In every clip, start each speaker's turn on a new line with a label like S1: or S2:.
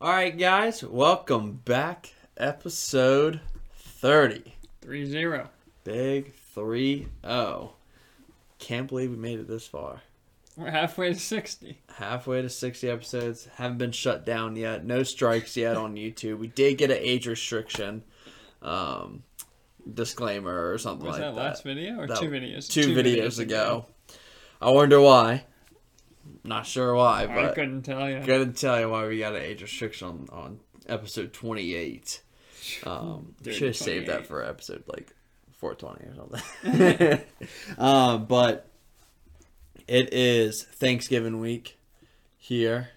S1: All right, guys, welcome back. Episode 30.
S2: 3 0.
S1: Big 3 0. Can't believe we made it this far.
S2: We're halfway to 60.
S1: Halfway to 60 episodes. Haven't been shut down yet. No strikes yet on YouTube. We did get an age restriction um, disclaimer or something
S2: Was
S1: like
S2: that,
S1: that.
S2: last video or
S1: That-
S2: two videos?
S1: Two, videos, ago. I wonder why. Not sure why,
S2: I
S1: but
S2: couldn't tell you.
S1: gonna tell you why we got an age restriction on, on episode 28 um
S2: Dude,
S1: should have saved that
S2: 28.
S1: for episode like 420 or something um but it is thanksgiving week here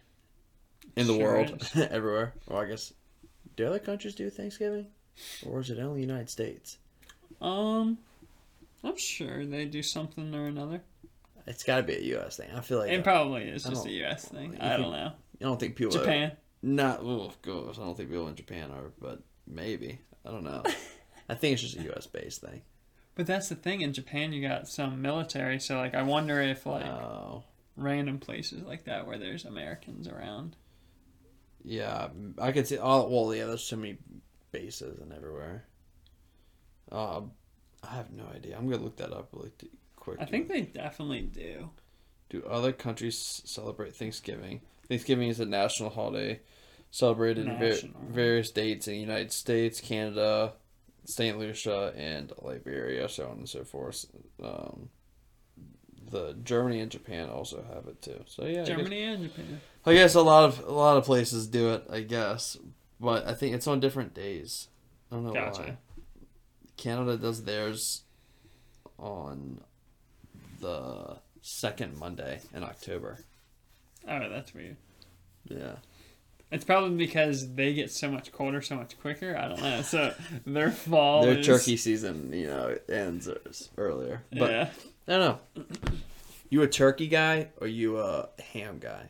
S1: in the
S2: Sure
S1: world everywhere well i guess do other countries do thanksgiving or is it only united states
S2: Um, I'm sure they do something or another.
S1: it's got to be a us thing i feel like
S2: It probably is
S1: I
S2: just a
S1: don't-
S2: U.S. thing.
S1: you
S2: I
S1: could-
S2: don't know.
S1: i don't think people
S2: Japan.
S1: Not oh gosh, I don't think people in Japan are, but maybe I don't know. I think it's just a U.S. based thing.
S2: But that's the thing. In Japan, you got some military. So, like, I wonder if, like,
S1: Oh
S2: random places like that where there's Americans around.
S1: yeah, I could see. Oh well, yeah, there's so many bases and everywhere. Uh, I have no idea. I'm gonna look that up really t- quick.
S2: I think they definitely do.
S1: do other countries c- celebrate Thanksgiving? Thanksgiving is a national holiday celebrated in
S2: National.
S1: var- various dates in the United States, Canada, St. Lucia, and Liberia, so on and so forth. Um, the Germany and Japan also have it too. So yeah, I guess-
S2: Germany and Japan.
S1: I guess a lot of a lot of places do it. I guess, but I think it's on different days. I don't know
S2: Gotcha.
S1: why. Canada does theirs on the second Monday in October.
S2: Oh, that's weird.
S1: Yeah,
S2: It's probably because they get so much colder so much quicker. I don't know. So their fall.
S1: their
S2: is-
S1: turkey season, you know, ends s- earlier. But
S2: yeah.
S1: I don't know. You a turkey guy or you a ham guy?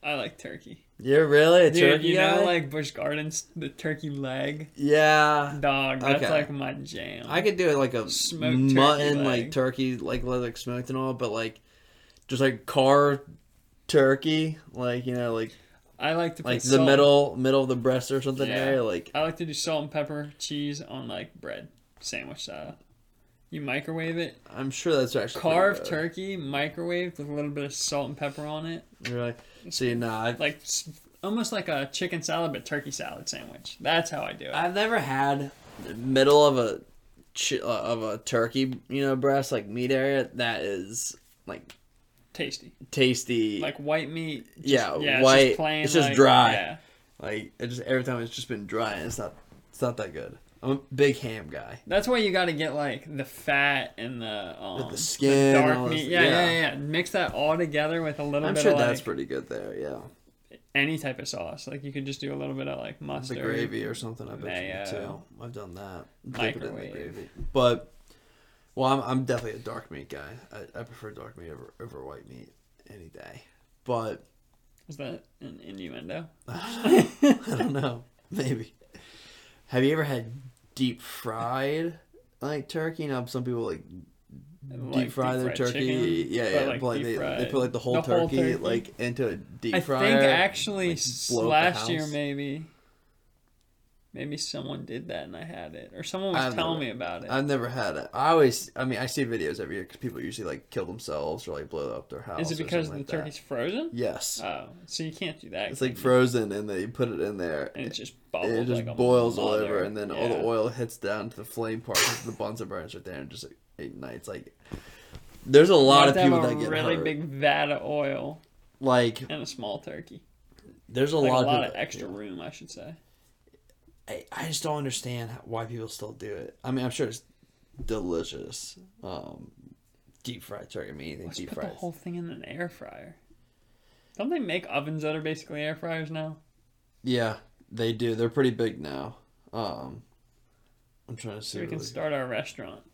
S2: I like turkey.
S1: You're really a
S2: Dude,
S1: turkey
S2: you
S1: guy.
S2: know, like Bush Gardens, the turkey leg
S1: yeah,
S2: dog. That's
S1: Okay.
S2: like my jam.
S1: I could do it like a
S2: Smoked turkey
S1: mutton, like
S2: leg.
S1: turkey, like like smoked and all, but like just like car turkey, like you know, like
S2: I like to put
S1: like the
S2: salt-
S1: middle middle of the breast or something
S2: Yeah.
S1: area, like
S2: I like to do salt and pepper cheese on like bread sandwich style. You microwave it,
S1: I'm sure that's actually pretty
S2: carved
S1: good.
S2: turkey, microwave with a little bit of salt and pepper on it,
S1: Really? See, nah, I've,
S2: like s- almost like a chicken salad but turkey salad sandwich. That's how I do it.
S1: I've never had the middle of a chi- uh, of a turkey, you know, breast like meat area that is like
S2: Tasty,
S1: tasty. Like,
S2: like white meat. just-
S1: Yeah,
S2: it's
S1: white,
S2: plain,
S1: it's just dry.
S2: yeah.
S1: it just every time it's just been dry and it's not it's not that good. I'm a big ham guy.
S2: That's why you got to get like the fat and the um,
S1: With the skin and all
S2: dark
S1: this-
S2: meat. Yeah, yeah,
S1: yeah.
S2: yeah, Mix that all together with a little
S1: I'm
S2: bit
S1: sure
S2: of
S1: that's
S2: like
S1: pretty good there. Yeah,
S2: any type of sauce. Like you could just do a little bit of like
S1: the
S2: mustard,
S1: gravy or something. I bet you could, too.
S2: mayo,
S1: I've done that. Dip it in the
S2: microwave.
S1: gravy. But well, I'm I'm definitely a dark meat guy. I, I prefer dark meat over over white meat any day. But
S2: Is that an innuendo?
S1: I don't know. Maybe. Have you ever had deep fried like turkey? You know, some people like deep
S2: Like
S1: fry their
S2: deep-fried
S1: turkey.
S2: chicken?
S1: Yeah,
S2: But,
S1: yeah.
S2: like,
S1: but, like, they, they
S2: deep-fried-
S1: put like the whole,
S2: the whole
S1: turkey,
S2: turkey?
S1: like into a deep
S2: I
S1: fryer.
S2: think actually
S1: like, blow up the
S2: last year
S1: house?
S2: maybe, maybe someone did that and I had it, or someone
S1: I
S2: was
S1: have
S2: telling
S1: never-
S2: me about it. Is
S1: I've never had it. I always, I mean, I see videos every year because people usually like kill themselves or like blow up their house.
S2: it
S1: or
S2: because the
S1: something like that.
S2: turkey's frozen?
S1: Yes,
S2: Oh, so you can't do that.
S1: it's like
S2: can you?
S1: frozen, and they put it in there.
S2: and it
S1: and
S2: just
S1: It,
S2: bubbles.
S1: just
S2: like a
S1: boils all
S2: mother.
S1: over, and then all the
S2: Yeah.
S1: oil hits down to the flame part. 'cause the buns are burnt right there, and just like, ignites. Like, there's a lot
S2: You
S1: of
S2: have to have
S1: people
S2: a
S1: that get
S2: really
S1: hurt.
S2: big vat of oil
S1: like,
S2: and a small turkey.
S1: there's a
S2: Like
S1: lot,
S2: a lot
S1: of,
S2: of
S1: people-
S2: extra room, I should say.
S1: I, I just don't understand how- why people still do it. I mean, I'm sure it's delicious. Um, deep fried turkey. I mean, anything
S2: Let's
S1: deep
S2: put the
S1: fried.
S2: whole thing in an air fryer. Don't they make ovens that are basically air fryers now?
S1: Yeah, they do. They're pretty big now. Um, I'm trying to see.
S2: So we
S1: what
S2: can
S1: we
S2: start our restaurant,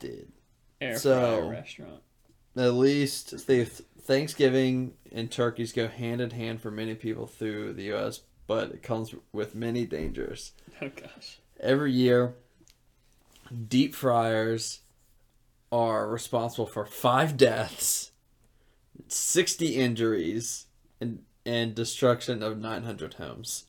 S1: did
S2: air
S1: So-
S2: fryer restaurant.
S1: at least they Thanksgiving and turkeys go hand in hand for many people through the U.S., but it comes with many dangers.
S2: Oh gosh,
S1: Every year, deep fryers are responsible for five deaths, sixty injuries, and and destruction of 900 homes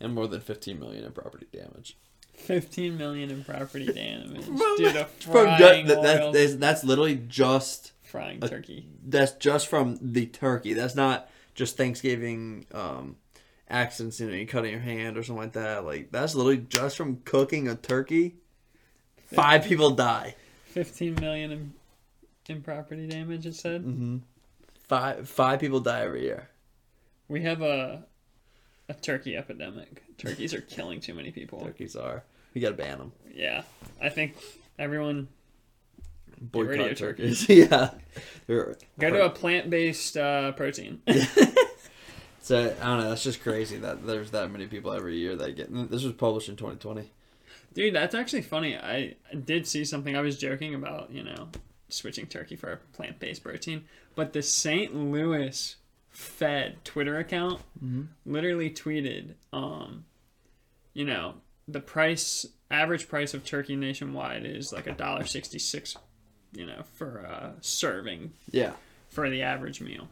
S1: and more than 15 million in property damage.
S2: 15 million in property damage
S1: From-
S2: due to
S1: from
S2: frying
S1: that- that-
S2: oil,
S1: that's- that's- that's literally just
S2: frying
S1: a-
S2: turkey.
S1: that's just from the turkey. That's not just Thanksgiving um, accidents, you know, you cutting your hand or something like that. Like that's literally just from cooking a turkey. Five people die.
S2: 15 million in, in property damage, it said.
S1: Five five people die every year.
S2: We have a a turkey epidemic. Turkeys are killing too many people.
S1: Turkeys are. We gotta ban them.
S2: Yeah. I think everyone rid of your
S1: Boycott turkeys. yeah. They're-
S2: go to a plant based uh, protein.
S1: so I don't know. That's just crazy that there's that many people every year that get. This was published in 2020.
S2: Dude, that's actually funny. I did see something I was joking about, you know, switching turkey for a plant based protein. But the St. Louis Fed Twitter account literally tweeted, um, you know, the price average price of turkey nationwide is like a dollar sixty six, you know, for a serving
S1: Yeah.
S2: for the average meal.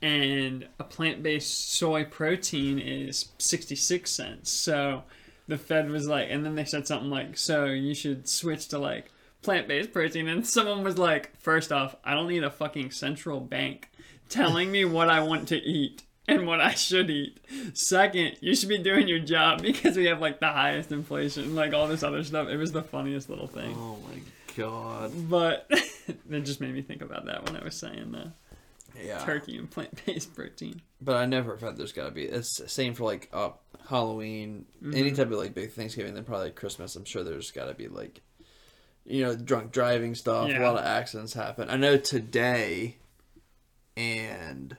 S2: And a plant based soy protein is 66 cents. So the Fed was like, and then they said something like, so you should switch to like plant based protein. And someone was like, first off, I don't need a fucking central bank telling me what I want to eat and what I should eat. Second, you should be doing your job because we have like the highest inflation, like all this other stuff. It was the funniest little thing.
S1: Oh my god.
S2: But it just made me think about that when I was saying the
S1: Yeah.
S2: turkey and plant based protein.
S1: But I never felt there's gotta be. It's same for like uh, Halloween,
S2: Mm-hmm.
S1: any type of like big Thanksgiving, then probably Christmas. I'm sure there's gotta be like, you know, drunk driving stuff. A
S2: Yeah.
S1: lot of accidents happen. I know today, and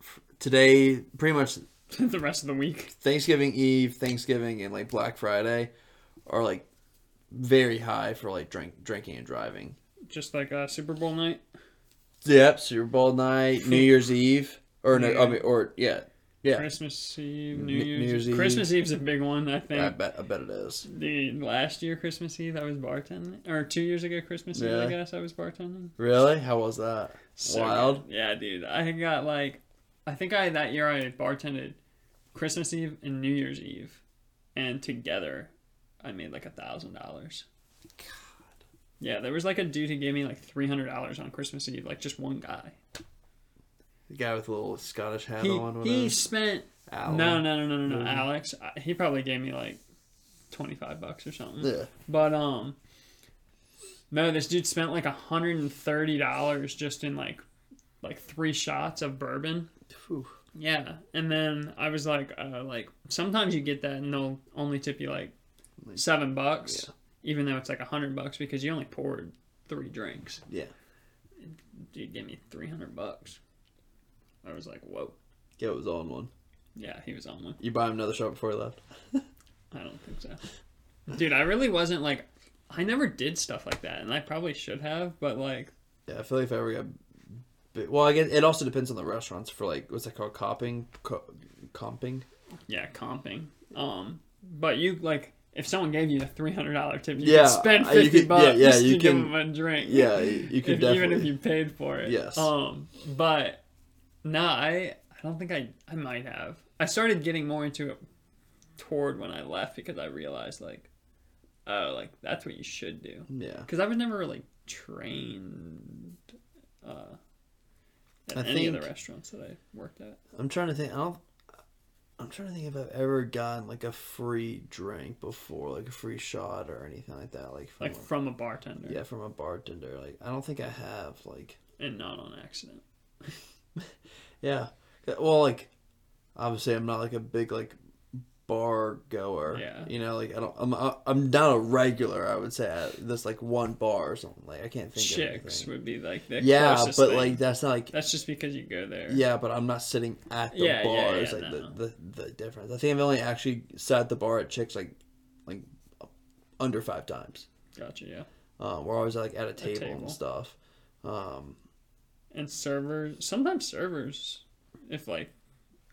S1: f- today pretty much
S2: the rest of the week.
S1: Thanksgiving Eve, Thanksgiving, and like Black Friday are like very high for like drink drinking and driving.
S2: Just like uh, Super Bowl night.
S1: Yep, Super Bowl night, New Year's Eve, or no,
S2: Yeah.
S1: I mean, or yeah, yeah.
S2: Christmas Eve, New
S1: New
S2: Year's,
S1: Year's
S2: Eve.
S1: Eve.
S2: Christmas Eve's a big one, I think.
S1: I bet, I bet it is.
S2: The last year Christmas Eve I was bartending. Or two years ago Christmas Eve,
S1: Yeah.
S2: I guess I was bartending.
S1: Really? How was that?
S2: So
S1: Wild.
S2: good. Yeah, dude. I got like I think I that year I bartended Christmas Eve and New Year's Eve. And together I made like a thousand dollars. Yeah, there was like a dude who gave me like three hundred dollars on Christmas Eve, like just one guy.
S1: The guy with the little Scottish hat
S2: He,
S1: on. With
S2: he
S1: his
S2: spent
S1: owl.
S2: no no no no no no
S1: Mhm.
S2: Alex. I, he probably gave me like twenty five bucks or something.
S1: Yeah.
S2: But um, no, this dude spent like hundred and thirty dollars just in like like three shots of bourbon.
S1: Phew.
S2: Yeah, and then I was like, uh, like sometimes you get that and they'll only tip you like
S1: Like-
S2: seven bucks,
S1: Yeah.
S2: even though it's like a hundred bucks because you only poured three drinks.
S1: Yeah.
S2: Dude gave me three hundred bucks. I was like, whoa.
S1: Yeah, it was on one.
S2: Yeah, he was on one.
S1: You buy him another shot before he left.
S2: I don't think so. Dude, I really wasn't like, I never did stuff like that, and I probably should have, but like,
S1: Yeah, I feel like if I ever got. bit- Well, I guess it also depends on the restaurants for like what's that called? Copping, Co- comping.
S2: yeah, comping. Um, but you like if someone gave you the three hundred dollar tip, you
S1: Yeah,
S2: could spend
S1: uh, you could-
S2: fifty
S1: yeah,
S2: bucks
S1: yeah,
S2: to
S1: you
S2: give
S1: can-
S2: them a drink.
S1: Yeah, you you could
S2: if,
S1: definitely.
S2: even if you paid for it.
S1: Yes.
S2: Um, but no, I I don't think I I might have. I started getting more into it toward when I left because I realized like, oh, like that's what you should do.
S1: Yeah,
S2: Because I was never really trained uh, at
S1: I
S2: any of the
S1: think-
S2: restaurants that I worked at.
S1: I'm trying to think. I don't. I'm trying to think if I've ever gotten like a free drink before, like a free shot or anything like that. Like from
S2: Like from a bartender
S1: Oh. yeah, from a bartender. Like I don't think I have like
S2: and not on accident.
S1: Yeah. Well, like, obviously, I'm not like a big like bar goer.
S2: Yeah.
S1: You know, like I don't. I'm uh, I'm not a regular. I would say at this like one bar or something. Like I can't think of
S2: Chicks
S1: anything.
S2: would be like the
S1: Yeah,
S2: closest
S1: but
S2: thing.
S1: like that's not like.
S2: that's just because you go there.
S1: Yeah, but I'm not sitting at the
S2: Yeah, yeah,
S1: bar. is
S2: yeah,
S1: like
S2: no.
S1: the, the the difference. I think I've only actually sat at the bar at chicks like like under five times.
S2: Gotcha. Yeah.
S1: Um, we're always like at a table,
S2: table.
S1: and stuff. Um,
S2: And servers, sometimes servers, if like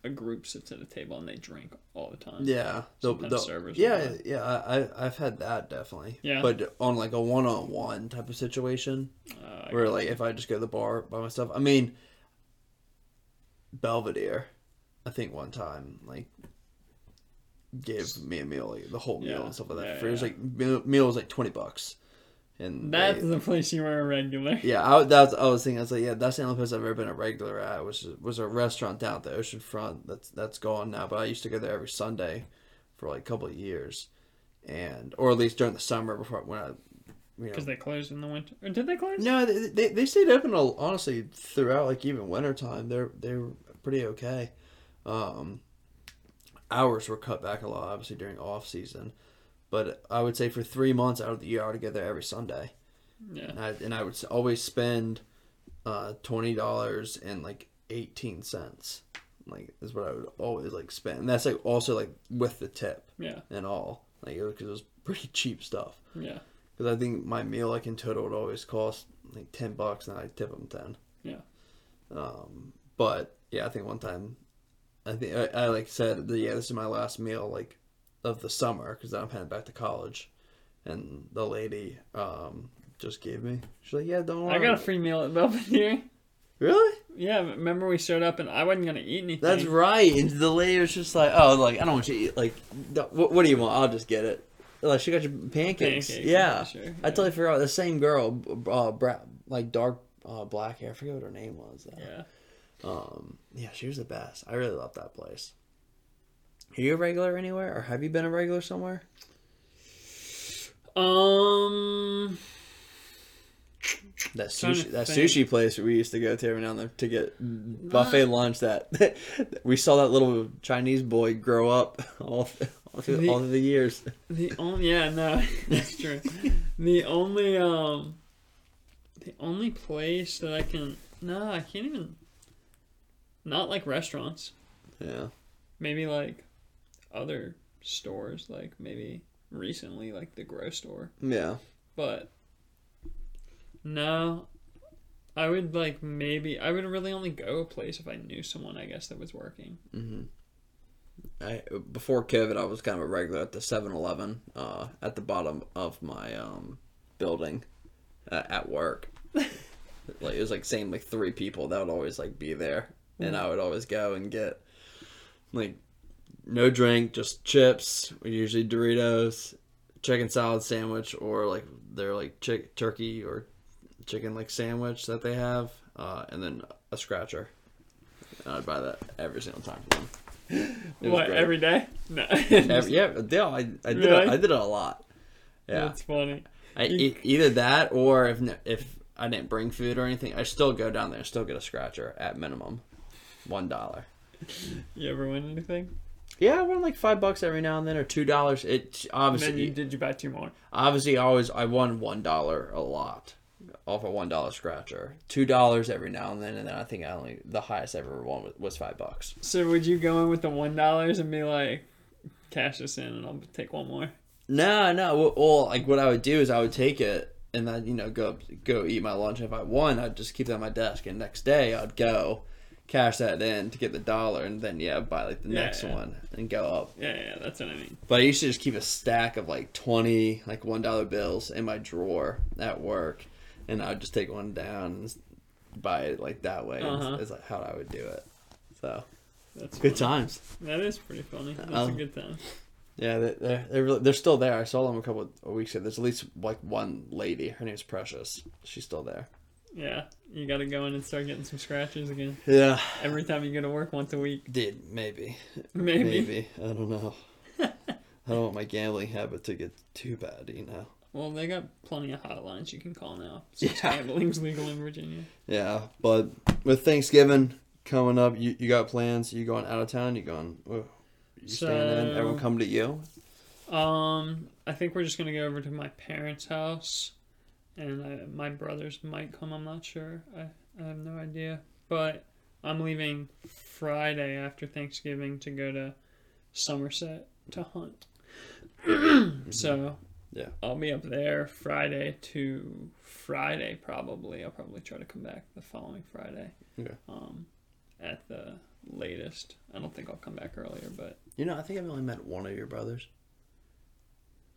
S2: a group sits at a table and they drink all the time.
S1: Yeah, the,
S2: Sometimes
S1: the,
S2: servers will
S1: yeah,
S2: not.
S1: yeah. I, I- I've had that definitely.
S2: Yeah.
S1: but on like a one-on-one type of situation,
S2: Uh,
S1: where like if I just go to the bar by myself, I mean, Belvedere, I think one time like gave me a meal, like, the whole meal
S2: Yeah,
S1: and stuff like that.
S2: yeah,
S1: for it was
S2: yeah.
S1: like meal, meal was like twenty bucks, and
S2: That's
S1: they-
S2: the place you were a regular.
S1: yeah, I, that's I was thinking. I was like, yeah, that's the only place I've ever been a regular at. Was was a restaurant down at the ocean front. That's that's gone now, but I used to go there every Sunday for like a couple of years, and or at least during the summer before when I, you know,
S2: Because they closed in the winter. Or did they close?
S1: no, they, they, they stayed open a- honestly throughout like even wintertime. They're they're pretty okay. Um, hours were cut back a lot, obviously during off season, but I would say for three months out of the year, I would go there every Sunday,
S2: Yeah.
S1: and I and I would s- always spend uh, twenty dollars and like eighteen cents, like is what I would always like spend. And that's like also like with the tip
S2: Yeah.
S1: and all, like because it was pretty cheap stuff.
S2: Yeah.
S1: Because I think my meal like in total would always cost like ten bucks, and I tip them ten.
S2: Yeah.
S1: Um, but yeah, I think one time, I think I, I like said, yeah, this is my last meal like of the summer because then I'm heading back to college, and the lady um just gave me. She's like, yeah, don't worry.
S2: I got a free meal at Belvedere.
S1: really?
S2: Yeah, remember we showed up and I wasn't gonna eat anything.
S1: That's right. And the lady was just like, oh, like I don't want you to eat. Like, don't- what, what do you want? I'll just get it. Like she got your pancakes.
S2: Pancakes,
S1: yeah.
S2: sure, yeah.
S1: I totally forgot the same girl, b- uh, bra- like dark uh, black hair. I forget what her name was. though.
S2: Yeah.
S1: Um, yeah, she was the best. I really loved that place. Are you a regular anywhere, or have you been a regular somewhere?
S2: Um.
S1: That
S2: Trying to
S1: sushi, that
S2: think.
S1: sushi place we used to go to every now and then to get buffet lunch. That we saw that little Chinese boy grow up all all through, all through the years.
S2: The only yeah no that's true. the only um, the only place that I can no I can't even. Not like restaurants.
S1: Yeah.
S2: Maybe like other stores. Like maybe recently like the grocery store.
S1: Yeah.
S2: But no, I would like maybe I would really only go a place if I knew someone I guess that was working.
S1: I before COVID, I was kind of a regular at the 7-Eleven uh, at the bottom of my um, building uh, at work. like it was like same like three people that would always like be there, and I would always go and get like no drink, just chips, usually Doritos, chicken salad sandwich, or like their like chick turkey or chicken like sandwich that they have, uh, and then a scratcher. And I'd buy that every single time for them. It was
S2: What
S1: great.
S2: every day? No,
S1: Every, yeah, yeah, I, I did.
S2: Really?
S1: A, I did it a lot. Yeah,
S2: that's funny.
S1: I e- either that or if n- if I didn't bring food or anything, I still go down there and still get a scratcher at minimum, one dollar.
S2: You ever win anything?
S1: Yeah, I won like five bucks every now and then or two dollars. It
S2: And then
S1: obviously
S2: you did you buy two more?
S1: obviously I always I won one dollar a lot off a one dollar scratcher, two dollars every now and then, and then I think I only the highest I ever won was, was five bucks.
S2: So would you go in with the one dollars and be like, cash this in and I'll take one more?
S1: No, no. Well, well, like what I would do is I would take it and then you know go go eat my lunch. If I won, I'd just keep that on my desk, and next day I'd go cash that in to get the dollar, and then yeah, buy like the
S2: Yeah,
S1: next
S2: yeah.
S1: one and go up.
S2: Yeah, yeah, that's what I mean.
S1: But I used to just keep a stack of like twenty like one dollar bills in my drawer at work, and I would just take one down and s- buy it like that way.
S2: Uh-huh.
S1: It's, it's like how I would do it. So
S2: That's
S1: good
S2: funny.
S1: times.
S2: That is pretty funny. That's a
S1: Um,
S2: good time.
S1: Yeah, they- they're they're, really, they're still there. I saw them a couple of weeks ago. There's at least like one lady. Her name's Precious. She's still there.
S2: Yeah, you got to go in and start getting some scratches again
S1: Yeah,
S2: every time you go to work once a week,
S1: dude, maybe,
S2: maybe.
S1: maybe. I don't know. I don't want my gambling habit to get too bad, you know.
S2: Well, they got plenty of hotlines you can call now.
S1: Yeah.
S2: Since Gambling's legal in Virginia.
S1: Yeah, but with Thanksgiving coming up, you, you got plans? You going out of town? You going? uh, You staying in? Everyone
S2: So-
S1: come to you?
S2: Um, I think we're just gonna go over to my parents' house, and I, my brothers might come. I'm not sure. I, I have no idea. But I'm leaving Friday after Thanksgiving to go to Somerset to hunt. so
S1: Yeah.
S2: I'll be up there Friday to Friday probably. I'll probably try to come back the following Friday.
S1: Okay.
S2: Um, at the latest. I don't think I'll come back earlier, but
S1: You know, I think I've only met one of your brothers.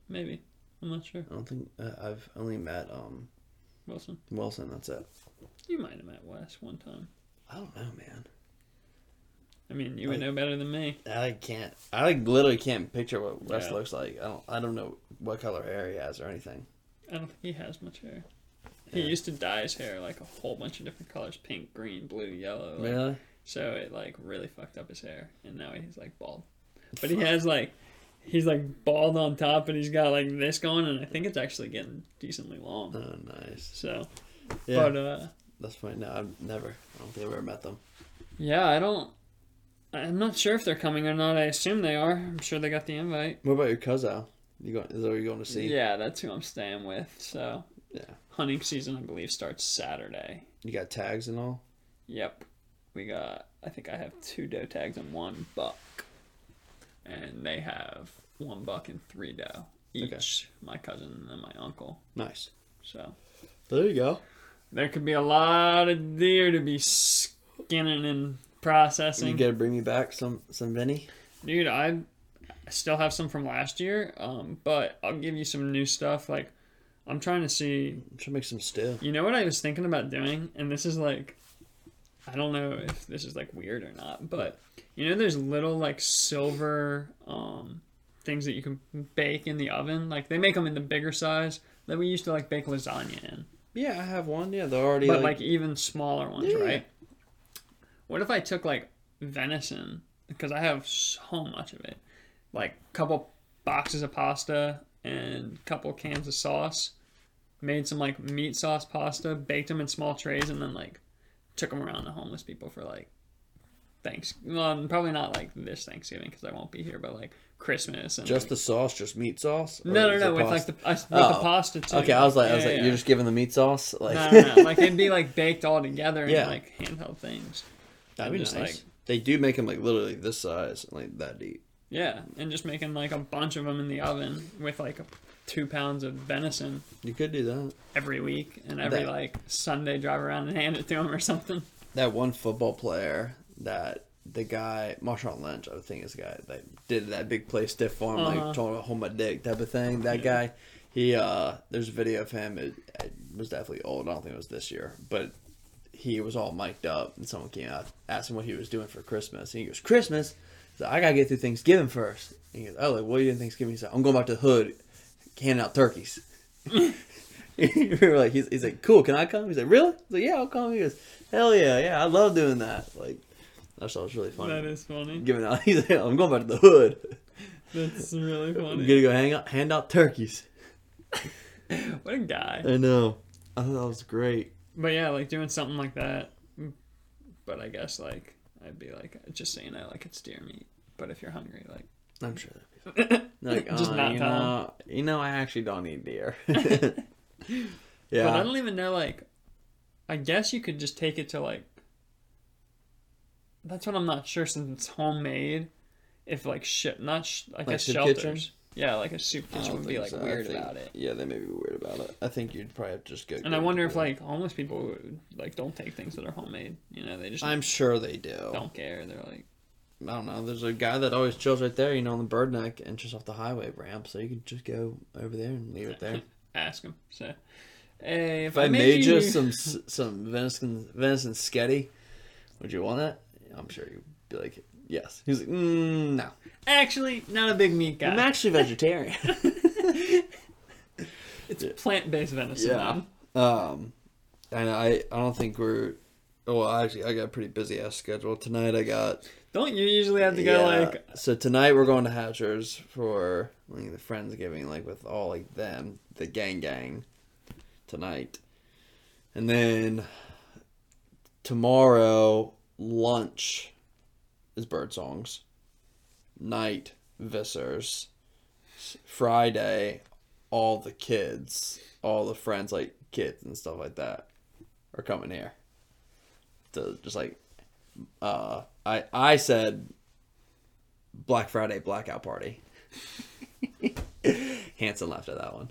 S2: maybe. I'm not sure.
S1: I don't think uh, I've only met um
S2: Wilson.
S1: Wilson. That's it.
S2: You might have met Wes one time.
S1: I don't know, man.
S2: I mean, you would
S1: Like-
S2: know better than me.
S1: I can't. I like, literally can't picture what West
S2: Yeah.
S1: looks like. I don't. I don't know what color hair he has or anything.
S2: I don't think he has much hair. He
S1: Yeah.
S2: used to dye his hair like a whole bunch of different colors pink, green, blue, yellow. like-
S1: Really?
S2: So it like really fucked up his hair, and now he's like bald. But he has like, he's like bald on top, and he's got like this going, and I think it's actually getting decently long.
S1: Oh, nice.
S2: So,
S1: Yeah,
S2: but uh,
S1: that's funny. No, I've never. I don't think I've ever met them.
S2: yeah, I don't. I'm not sure if they're coming or not. I assume they are. I'm sure they got the invite.
S1: What about your cousin? You going? Is that what you're going to see?
S2: Yeah, that's who I'm staying with. So,
S1: Yeah.
S2: hunting season I believe starts Saturday.
S1: You got tags and all.
S2: Yep. We got, I think I have two doe tags and one buck. And they have one buck and three doe each.
S1: Okay.
S2: My cousin and my uncle.
S1: Nice.
S2: So
S1: There you go.
S2: there could be a lot of deer to be skinning and
S1: You
S2: processing.
S1: gotta bring me back some some Vinny.
S2: Dude, I I still have some from last year, um, but I'll give you some new stuff. Like, I'm trying to see
S1: I'm trying to make some stew.
S2: You know what I was thinking about doing? And this is like, I don't know if this is like weird or not, but you know, there's little like silver um, things that you can bake in the oven. Like they make them in the bigger size that we used to like bake lasagna in,
S1: Yeah, I have one. Yeah, they're already
S2: but
S1: like,
S2: like even smaller ones,
S1: Yeah.
S2: right? What if I took like venison because I have so much of it, like couple boxes of pasta and couple cans of sauce, made some like meat sauce pasta, baked them in small trays, and then like took them around to homeless people for like thanks. Well, probably not like this Thanksgiving because I won't be here, but like Christmas and
S1: just
S2: like-
S1: the sauce, just meat sauce. Or
S2: no, no,
S1: is
S2: no,
S1: it
S2: with
S1: pasta?
S2: like the I- with the
S1: Oh.
S2: pasta too.
S1: Okay, I was like, I was
S2: Yeah,
S1: like,
S2: yeah,
S1: you're just giving the meat sauce, like
S2: yeah. no, no, no. like it'd be like baked all together in
S1: Yeah.
S2: like handheld things.
S1: that'd be
S2: just
S1: nice.
S2: like-
S1: they do make them like literally this size, like that deep.
S2: Yeah, and just making like a bunch of them in the oven with like two pounds of venison
S1: You could do that.
S2: every week and every
S1: That-
S2: like Sunday drive around and hand it to them or something.
S1: That one football player that the guy Marshawn Lynch, I think is the guy that did that big play stiff farm,
S2: Uh-huh.
S1: like trying to hold my dick type of thing. That guy, he uh, there's a video of him. It, it was definitely old. I don't think it was this year, but he was all mic'd up, and someone came out asked him what he was doing for Christmas, and he goes, "Christmas." So I gotta get through Thanksgiving first. And he goes, "Oh, like what are you doing Thanksgiving?" He said, "I'm going back to the hood, handing out turkeys." we were like, he's, he's like, cool, can I come? He's like, really? He's like, yeah, I'll come. He goes, hell yeah, yeah, I love doing that. Like, I thought it was really funny.
S2: That is funny.
S1: Giving out, he's like, I'm going back to the hood.
S2: That's really
S1: I'm
S2: funny.
S1: gonna go hang out, hand out turkeys.
S2: What a guy.
S1: I know. I thought that was great.
S2: But yeah, like doing something like that. But I guess like I'd be like just saying I like it's deer meat. But if you're hungry, like
S1: I'm sure. That'd be fun. like,
S2: Just
S1: uh,
S2: not
S1: you
S2: tell him.
S1: know, you know, I actually don't eat deer.
S2: But I
S1: yeah,
S2: don't even know, like, I guess you could just take it to, like, that's what I'm not sure since it's homemade. If, like, shit, not, sh- I guess
S1: soup
S2: shelters.
S1: kitchen?
S2: Yeah, like a soup
S1: I
S2: kitchen
S1: don't
S2: would be,
S1: think
S2: like,
S1: Oh, so. I
S2: weird
S1: think-
S2: about it.
S1: Yeah, they may be weird about it. I think you'd probably have to just go.
S2: And I wonder if, like, homeless people, would, like, don't take things that are homemade. You know, they just
S1: I'm sure they do.
S2: don't care. They're like,
S1: I don't know. There's a guy that always chills right there, you know, on the bird neck and just off the highway ramp. So you could just go over there and leave it there.
S2: ask them. So, hey, if,
S1: if I made
S2: you
S1: you some s- some venison venison sketty, would you want it? I'm sure you'd be like, yes. He's like, mm, no.
S2: Actually, not a big meat guy.
S1: I'm actually vegetarian.
S2: it's plant based venison.
S1: yeah.
S2: though.
S1: Um, and I I don't think we're. Well, actually, I got a pretty busy ass schedule tonight. I got
S2: Don't you usually have to go,
S1: Yeah.
S2: like,
S1: so tonight we're going to Hatcher's for like the Friendsgiving, like with all like them, the gang gang tonight. And then tomorrow lunch is bird songs. Night Vissers. Friday all the kids, all the friends like kids and stuff like that are coming here. So just like uh I I said Black Friday blackout party. Hanson left at that one.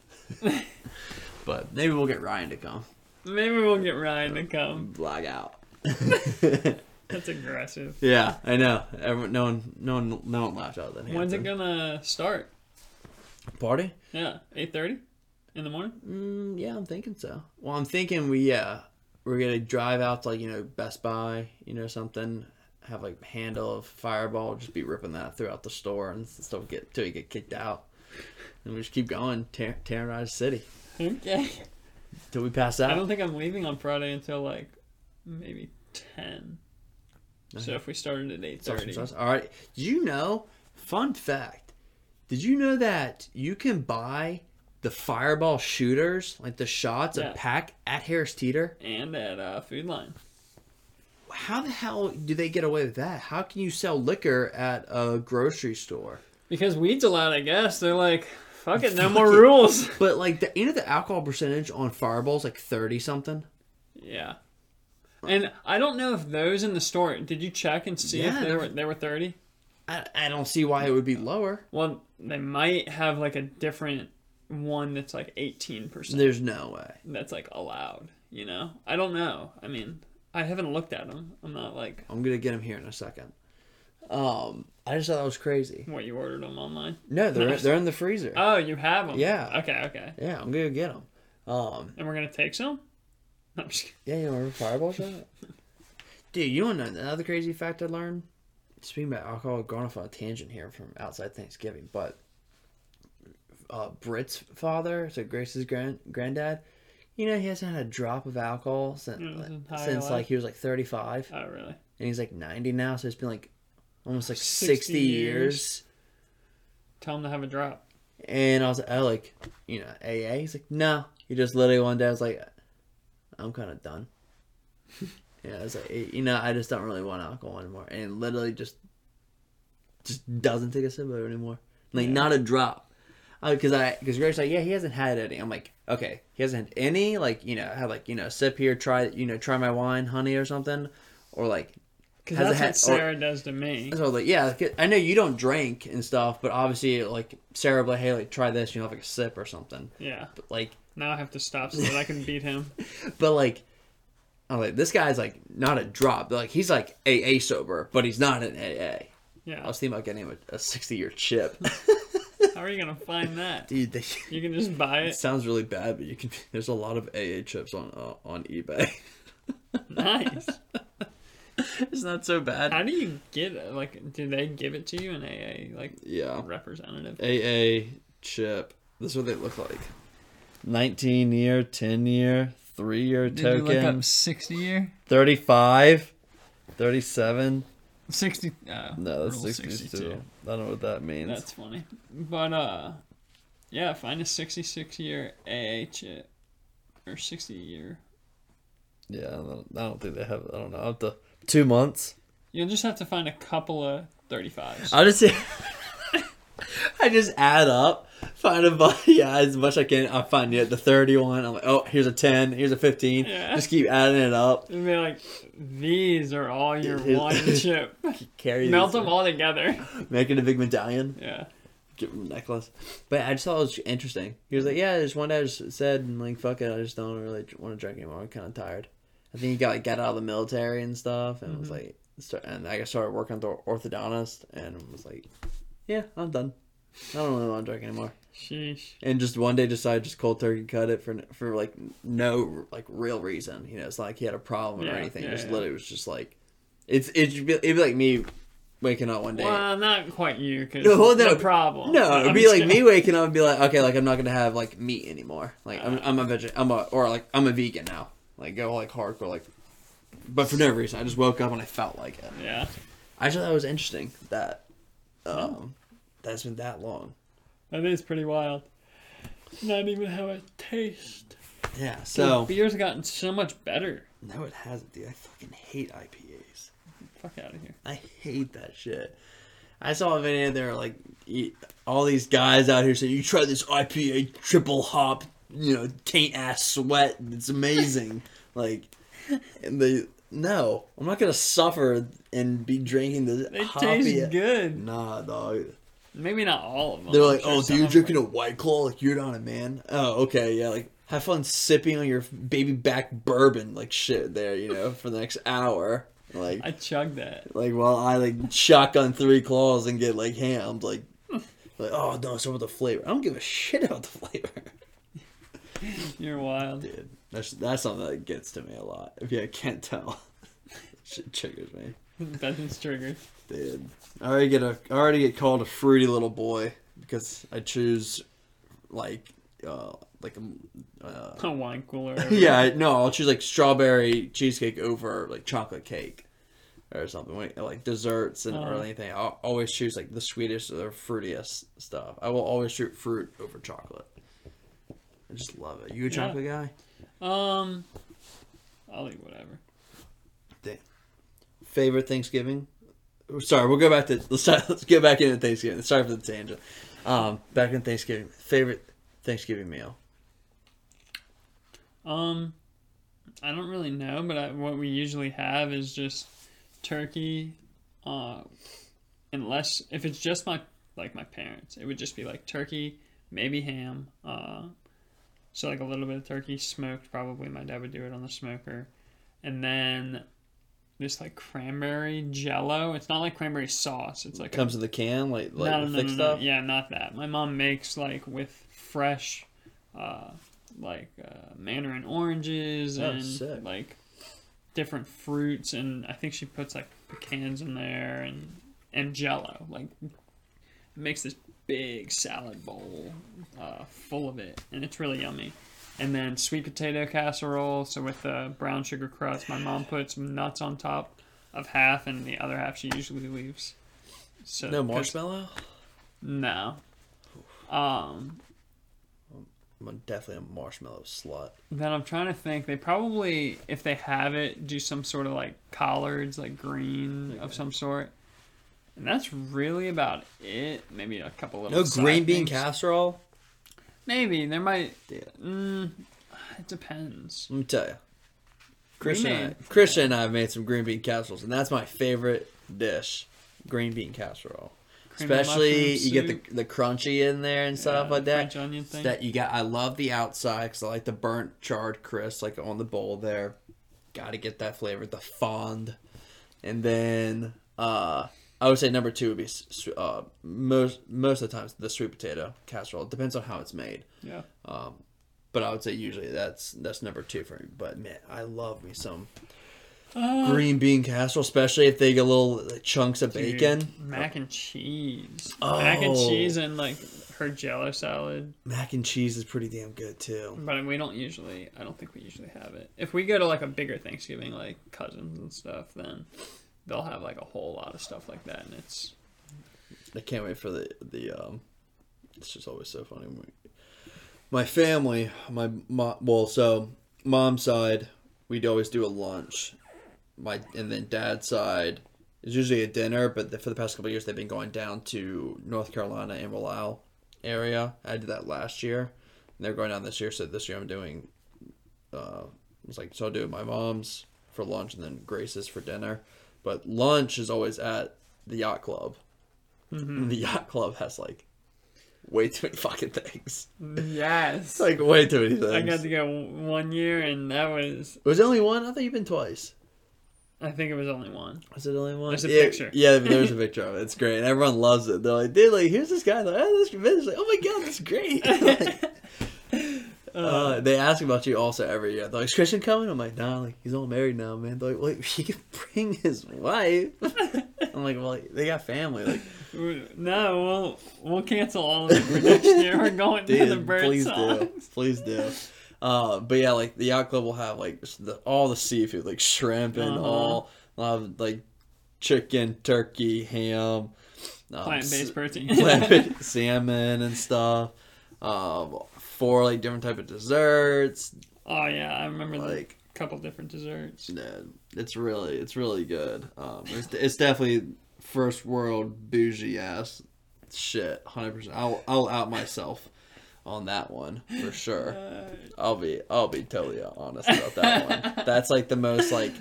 S1: but maybe we'll get Ryan to come.
S2: maybe we'll get Ryan to come.
S1: Blackout.
S2: That's aggressive.
S1: yeah, I know. Everyone, no one, no one, no one laughed other than Hanson.
S2: When's it gonna start?
S1: party?
S2: Yeah, eight thirty in the morning.
S1: Mm, yeah, I'm uh, thinking so. Well, I'm thinking we yeah, we're gonna drive out to like you know Best Buy, you know something, have like handle of Fireball, just be ripping that throughout the store and stuff get till you get kicked out. And we just keep going, ter- terrorize the city
S2: Okay.
S1: till we pass out.
S2: Hmm? I don't think I'm leaving on Friday until like maybe ten. So if we started at eight
S1: Awesome
S2: thirty,
S1: sauce. All right. Did you know? Fun fact. Did you know that you can buy the fireball shooters, like the shots,
S2: Yeah.
S1: a pack at Harris Teeter?
S2: and at uh, Food Line,
S1: How the hell do they get away with that? How can you sell liquor at a grocery store?
S2: because weed's allowed, I guess they're like, fuck it, no more
S1: Fuck it.
S2: rules.
S1: But like the you know the alcohol percentage on fireballs like thirty something.
S2: Yeah. And I don't know if those in the store. Did you check and see
S1: Yeah,
S2: if they
S1: they're-
S2: were they were thirty?
S1: I, I don't see why it would be lower.
S2: Well, they might have like a different one that's like eighteen percent
S1: There's no way.
S2: that's like allowed. You know, I don't know. I mean, I haven't looked at them. I'm not like
S1: I'm gonna get them here in a second. Um, I just thought that was crazy.
S2: what you ordered them online.
S1: No, they're
S2: No.
S1: they're in the freezer.
S2: Oh, you have them.
S1: Yeah.
S2: Okay. Okay.
S1: Yeah, I'm gonna get them. Um,
S2: And we're gonna take some. No, I'm just kidding.
S1: Yeah, you remember Fireball shot? Dude, you want to know another crazy fact I learned? Speaking about alcohol, going off on a tangent here from outside Thanksgiving, but uh, Britt's father, so Grace's grand granddad, you know, he hasn't had a drop of alcohol since,
S2: Yeah, his entire
S1: since like
S2: life.
S1: he was like 35,
S2: Oh, really?
S1: and he's like 90 now, so it's been like almost like 60,
S2: 60
S1: years.
S2: Tell them to have a drop.
S1: And I was like, oh, like, you know, AA? He's like, no. He just literally one day was like, I'm kind of done. yeah, I was like, eh, you know, I just don't really want alcohol anymore. And literally just just doesn't take a sip of it anymore. Like,
S2: Yeah.
S1: not a drop. Because I, because Grace's like, yeah, he hasn't had any. I'm like, okay, he hasn't had any. Like, you know, had like, you know, sip here, try, you know, try my wine, honey, or something, or like
S2: Because
S1: Has it
S2: that's
S1: had- oh.
S2: what Sarah does to me.
S1: so I was like, yeah, like, I know you don't drink and stuff, but obviously, like Sarah, would be like, hey, like try this, you know, have like a sip or something.
S2: Yeah.
S1: But like,
S2: Now I have to stop so that I can beat him.
S1: but like, I'm like, this guy's like not a drop. Like he's like AA sober, but he's not an AA. I
S2: Yeah.
S1: was thinking about getting him a, a 60 year chip.
S2: How are you gonna find that?
S1: Dude, they,
S2: You can just buy
S1: it
S2: it.
S1: sounds really bad, but you can. There's a lot of AA chips on uh, on eBay.
S2: Nice.
S1: it's not so bad.
S2: How do you get it? Like, do they give it to you in AA? Like,
S1: Yeah,
S2: representative?
S1: AA chip. This is what they look like. 19 year, 10 year, three year token.
S2: 60 year?
S1: 35 37
S2: 60.
S1: no that's 62. i don't know what that means
S2: That's funny. But, uh, yeah, find a 66 year AA chip. uh, Or 60 year.
S1: yeah I don't, I don't think they have i don't know up to two months
S2: You'll just have to find a couple of 35s.
S1: i just i just add up find a bu- yeah as much i can i find yeah, the 31 i'm like oh here's a 10 here's a 15
S2: Yeah.
S1: just keep adding it up
S2: And be like, these are all your
S1: His-
S2: one chip.
S1: carry
S2: Melt
S1: this-
S2: them all together.
S1: make it a big medallion
S2: Yeah.
S1: give him a necklace. But I just thought it was interesting. He was like, "Yeah, I just one day I just said and like, fuck it, I just don't really want to drink anymore. I'm kind of tired." I think he got like got out of the military and stuff, and
S2: Mm-hmm.
S1: was like, start, and I started working with the orthodontist, and was like, "Yeah, I'm done. I don't really want to drink anymore."
S2: Sheesh.
S1: And just one day decided just cold turkey cut it for for like no like real reason. You know, it's not like he had a problem or
S2: Yeah,
S1: anything.
S2: yeah,
S1: just
S2: yeah.
S1: literally was just like, it's it'd be, it'd be like me waking up one day.
S2: Well, not quite you, because
S1: No, well, no.
S2: problem.
S1: No,
S2: I'm
S1: it'd be
S2: just
S1: like
S2: kidding.
S1: me waking up and be like, okay, like I'm not gonna have like meat anymore. Like I'm, I'm a veg, I'm a or like I'm a vegan now. Like go like hardcore, like. But for no reason, I just woke up and I felt like it.
S2: Yeah.
S1: I just thought that was interesting that, um, that's been that long.
S2: That is pretty wild. Not even how it tastes.
S1: Yeah. So
S2: beer's gotten so much better.
S1: no, it hasn't, dude. I fucking hate IPAs.
S2: Fuck out of here.
S1: I hate that shit. I saw a video there like e- all these guys out here saying you try this IPA triple hop, you know, taint ass sweat. It's amazing. like, and they no, I'm not gonna suffer and be drinking this.
S2: They
S1: hoppy-
S2: taste good.
S1: Nah, dog.
S2: Maybe not all of them.
S1: They're like,
S2: I'm sure
S1: oh, so
S2: some
S1: you're
S2: of them-
S1: drinking a white claw? Like you're not a man. Oh, okay, yeah. Like have fun sipping on your baby back bourbon, like shit. There, you know, for the next hour. Like
S2: I chugged that.
S1: like while I like shotgun three claws and get like hammed, like like oh no, it's about the flavor. I don't give a shit about the flavor.
S2: You're wild.
S1: Dude, that's that's something that gets to me a lot. If you can't tell, shit triggers me.
S2: Benton's triggered.
S1: Dude, I already get a I already get called a fruity little boy because I choose like uh like a uh,
S2: A wine cooler.
S1: yeah I- no I'll choose like strawberry cheesecake over like chocolate cake or something like, like desserts and or
S2: Uh-huh.
S1: anything. I'll always choose like the sweetest or fruitiest stuff. I will always shoot fruit over chocolate. I just love it. You a
S2: Yeah.
S1: chocolate guy?
S2: Um, I'll eat whatever.
S1: favorite Thanksgiving. Sorry, we'll go back to let's let's get back into Thanksgiving. Sorry for the tangent. Um, back in Thanksgiving, favorite Thanksgiving meal.
S2: Um, I don't really know, but I, what we usually have is just turkey. Uh, unless if it's just my like my parents, it would just be like turkey, maybe ham. Uh, so like a little bit of turkey smoked. Probably my dad would do it on the smoker, and then this like cranberry jello. It's not like cranberry sauce. It's like
S1: It comes in the can, like like the thick stuff.
S2: yeah, not that. My mom makes like with fresh, uh, like uh, mandarin oranges
S1: Oh,
S2: and
S1: sick.
S2: like different fruits, and I think she puts like pecans in there and and Jello. Like makes this big salad bowl uh, full of it, and it's really yummy. And then sweet potato casserole. So with the brown sugar crust, my mom puts nuts on top of half, and the other half she usually leaves. So
S1: No
S2: 'cause-
S1: marshmallow.
S2: no. Um.
S1: I'm definitely a marshmallow slut.
S2: Then I'm trying to think. They probably, if they have it, do some sort of like collards, like green of some sort. And that's really about it. Maybe a couple little
S1: No
S2: side
S1: green bean
S2: things.
S1: casserole.
S2: Maybe there might.
S1: Yeah.
S2: Mm, it depends.
S1: Let me tell you, Christian, and I,
S2: made-
S1: Christian and I have made some green bean casseroles, and that's my favorite dish. Green bean casserole,
S2: Cream of
S1: especially
S2: mushroom
S1: you get
S2: soup.
S1: the the crunchy in there and stuff
S2: Yeah,
S1: like
S2: the
S1: that.
S2: French onion thing.
S1: that you got. I love the outside because I like the burnt charred crisp, like on the bowl there. Got to get that flavor, the fond, and then uh, I would say number two would be s- s- uh, most most of the times the sweet potato casserole. It depends on how it's made,
S2: yeah.
S1: but I would say usually that's that's number two for me. But man, I love me some
S2: Uh,
S1: green bean casserole, especially if they get little like, chunks of
S2: dude,
S1: bacon,
S2: mac and cheese, mac and
S1: Oh.
S2: cheese, and like her Jello salad.
S1: mac and cheese is pretty damn good too.
S2: But we don't usually. I don't think we usually have it. If we go to like a bigger Thanksgiving, like cousins and stuff, then they'll have like a whole lot of stuff like that, and it's
S1: I can't wait for the the um. It's just always so funny. when we- My family, my mom. Well, so mom's side, we'd always do a lunch. My and then dad's side is usually a dinner, but the, for the past couple of years they've been going down to North Carolina and Rolle Isle area. I did that last year. And they're going down this year, so this year I'm doing. Uh, it's like so I'll do my mom's for lunch and then Grace's for dinner, but lunch is always at the yacht club.
S2: Mm.
S1: And the yacht club has like way too many fucking things.
S2: yes.
S1: It's like way too many things.
S2: I got to go one year, and that was.
S1: was it only one? I thought you've been twice.
S2: I think it was only one.
S1: Was it only one?
S2: There's a
S1: yeah,
S2: picture.
S1: Yeah, there's a picture of it. It's great. And everyone loves it. They're like, dude, like, here's this guy. Like, oh, this is like, oh my god, that's great. Like, uh, they ask about you also every year. They're like, is Christian coming? I'm like, nah, like, he's all married now, man. They're like, wait, he can bring his wife. I'm like, well, they got family. Like,
S2: No, we'll we'll cancel all of it for next year. We're going to the
S1: Dude,
S2: bird
S1: please
S2: song.
S1: do, please do. Uh, but yeah, like the yacht club will have like s- the, all the seafood, like shrimp and
S2: Uh-huh.
S1: all, uh, like chicken, turkey, ham, um,
S2: Plant-based
S1: s-
S2: protein.
S1: plant-based salmon and stuff. Um, four like different type of desserts.
S2: Oh yeah, I remember like
S1: Like-
S2: a couple different desserts.
S1: No, it's really, it's really good. Um, it's, it's definitely first world bougie ass shit. Hundred percent. I'll I'll out myself on that one for sure.
S2: Uh,
S1: I'll be I'll be totally honest about that one. That's like the most like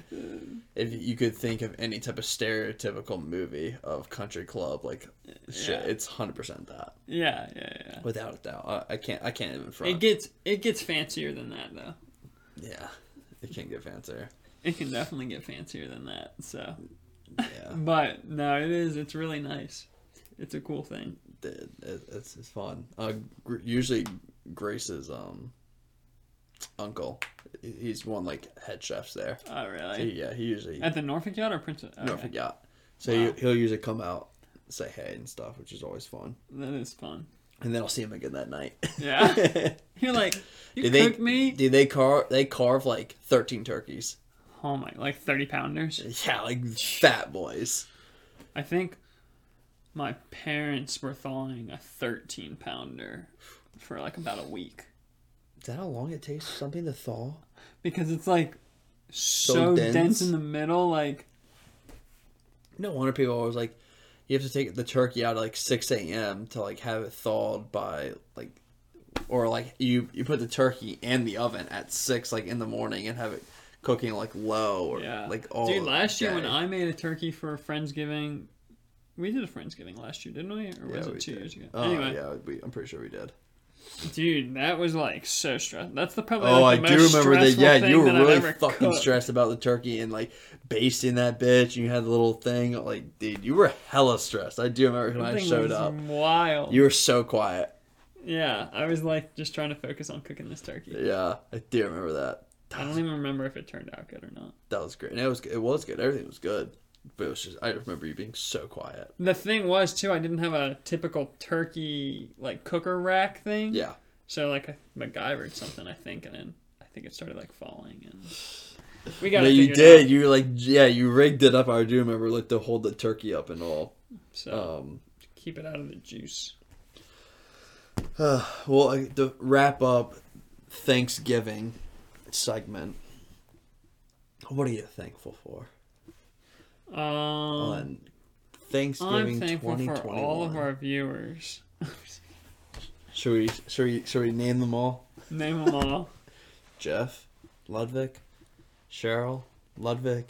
S1: if you could think of any type of stereotypical movie of country club like shit,
S2: Yeah.
S1: it's hundred percent that
S2: yeah, yeah, yeah.
S1: without a doubt. I, I can't I can't even front.
S2: It gets it gets fancier than that though.
S1: yeah, it can't get fancier.
S2: It can definitely get fancier than that. So.
S1: Yeah,
S2: But no, it is. It's really nice. It's a cool thing.
S1: it, it, it's it's fun. Uh, gr- usually Grace's um uncle. He's one like head chefs there.
S2: Oh,
S1: So,
S2: really?
S1: yeah, he usually
S2: At the Norfolk Yacht or Princess?
S1: I don't
S2: okay.
S1: forget. So he-
S2: Wow.
S1: he'll usually come out, say hey and stuff, which is always fun.
S2: That is fun.
S1: And then I'll see him again that night.
S2: Yeah. You're like, you
S1: do they
S2: cooked me?
S1: Do they carve? They carve like thirteen turkeys.
S2: Oh my, like 30 pounders.
S1: Yeah, like fat boys.
S2: I think my parents were thawing a 13 pounder for like about a week
S1: Is that how long it takes for something to thaw?
S2: because it's like so,
S1: dense.
S2: dense. in the middle. Like,
S1: No wonder people are always like, you have to take the turkey out at like six a.m. to like have it thawed by like, or like you you put the turkey in the oven at six like in the morning and have it cooking like low or
S2: yeah.
S1: like all.
S2: Dude, last year when
S1: day.
S2: I made a turkey for Friendsgiving, we did a Friendsgiving last year, didn't we? Or was
S1: Yeah, we
S2: it two
S1: did.
S2: years ago?
S1: Oh,
S2: anyway,
S1: yeah, we, I'm pretty sure we did.
S2: dude, that was like so stressful. That's the probably
S1: Oh,
S2: like, the
S1: I do
S2: most
S1: remember that.
S2: stressful
S1: Yeah,
S2: thing
S1: you were
S2: that I've
S1: really
S2: ever
S1: fucking
S2: cooked.
S1: stressed about the turkey and like basting that bitch. And you had the little thing. Like, dude, you were hella stressed. I do remember when
S2: That
S1: I
S2: thing
S1: showed
S2: was
S1: up.
S2: Wild.
S1: You were so quiet.
S2: Yeah, I was like just trying to focus on cooking this turkey.
S1: Yeah, I do remember that.
S2: I don't even remember if it turned out good or not.
S1: That was great. And it was it was good. Everything was good. But it was just I remember you being so quiet.
S2: The thing was too, I didn't have a typical turkey like cooker rack thing.
S1: Yeah.
S2: So like I MacGyvered something, I think, and then I think it started like falling, and we got.
S1: No,
S2: it
S1: you
S2: figured
S1: did.
S2: out.
S1: You were like, yeah, you rigged it up. I do remember, like, to hold the turkey up and all.
S2: So
S1: Um,
S2: keep it out of the juice.
S1: well, I- to wrap up Thanksgiving segment, what are you thankful for?
S2: Um,
S1: on Thanksgiving
S2: I'm thankful for
S1: 2021.
S2: all of our viewers.
S1: Should we should we should we name them all?
S2: Name them all.
S1: Jeff, Ludwig, Cheryl, Ludwig,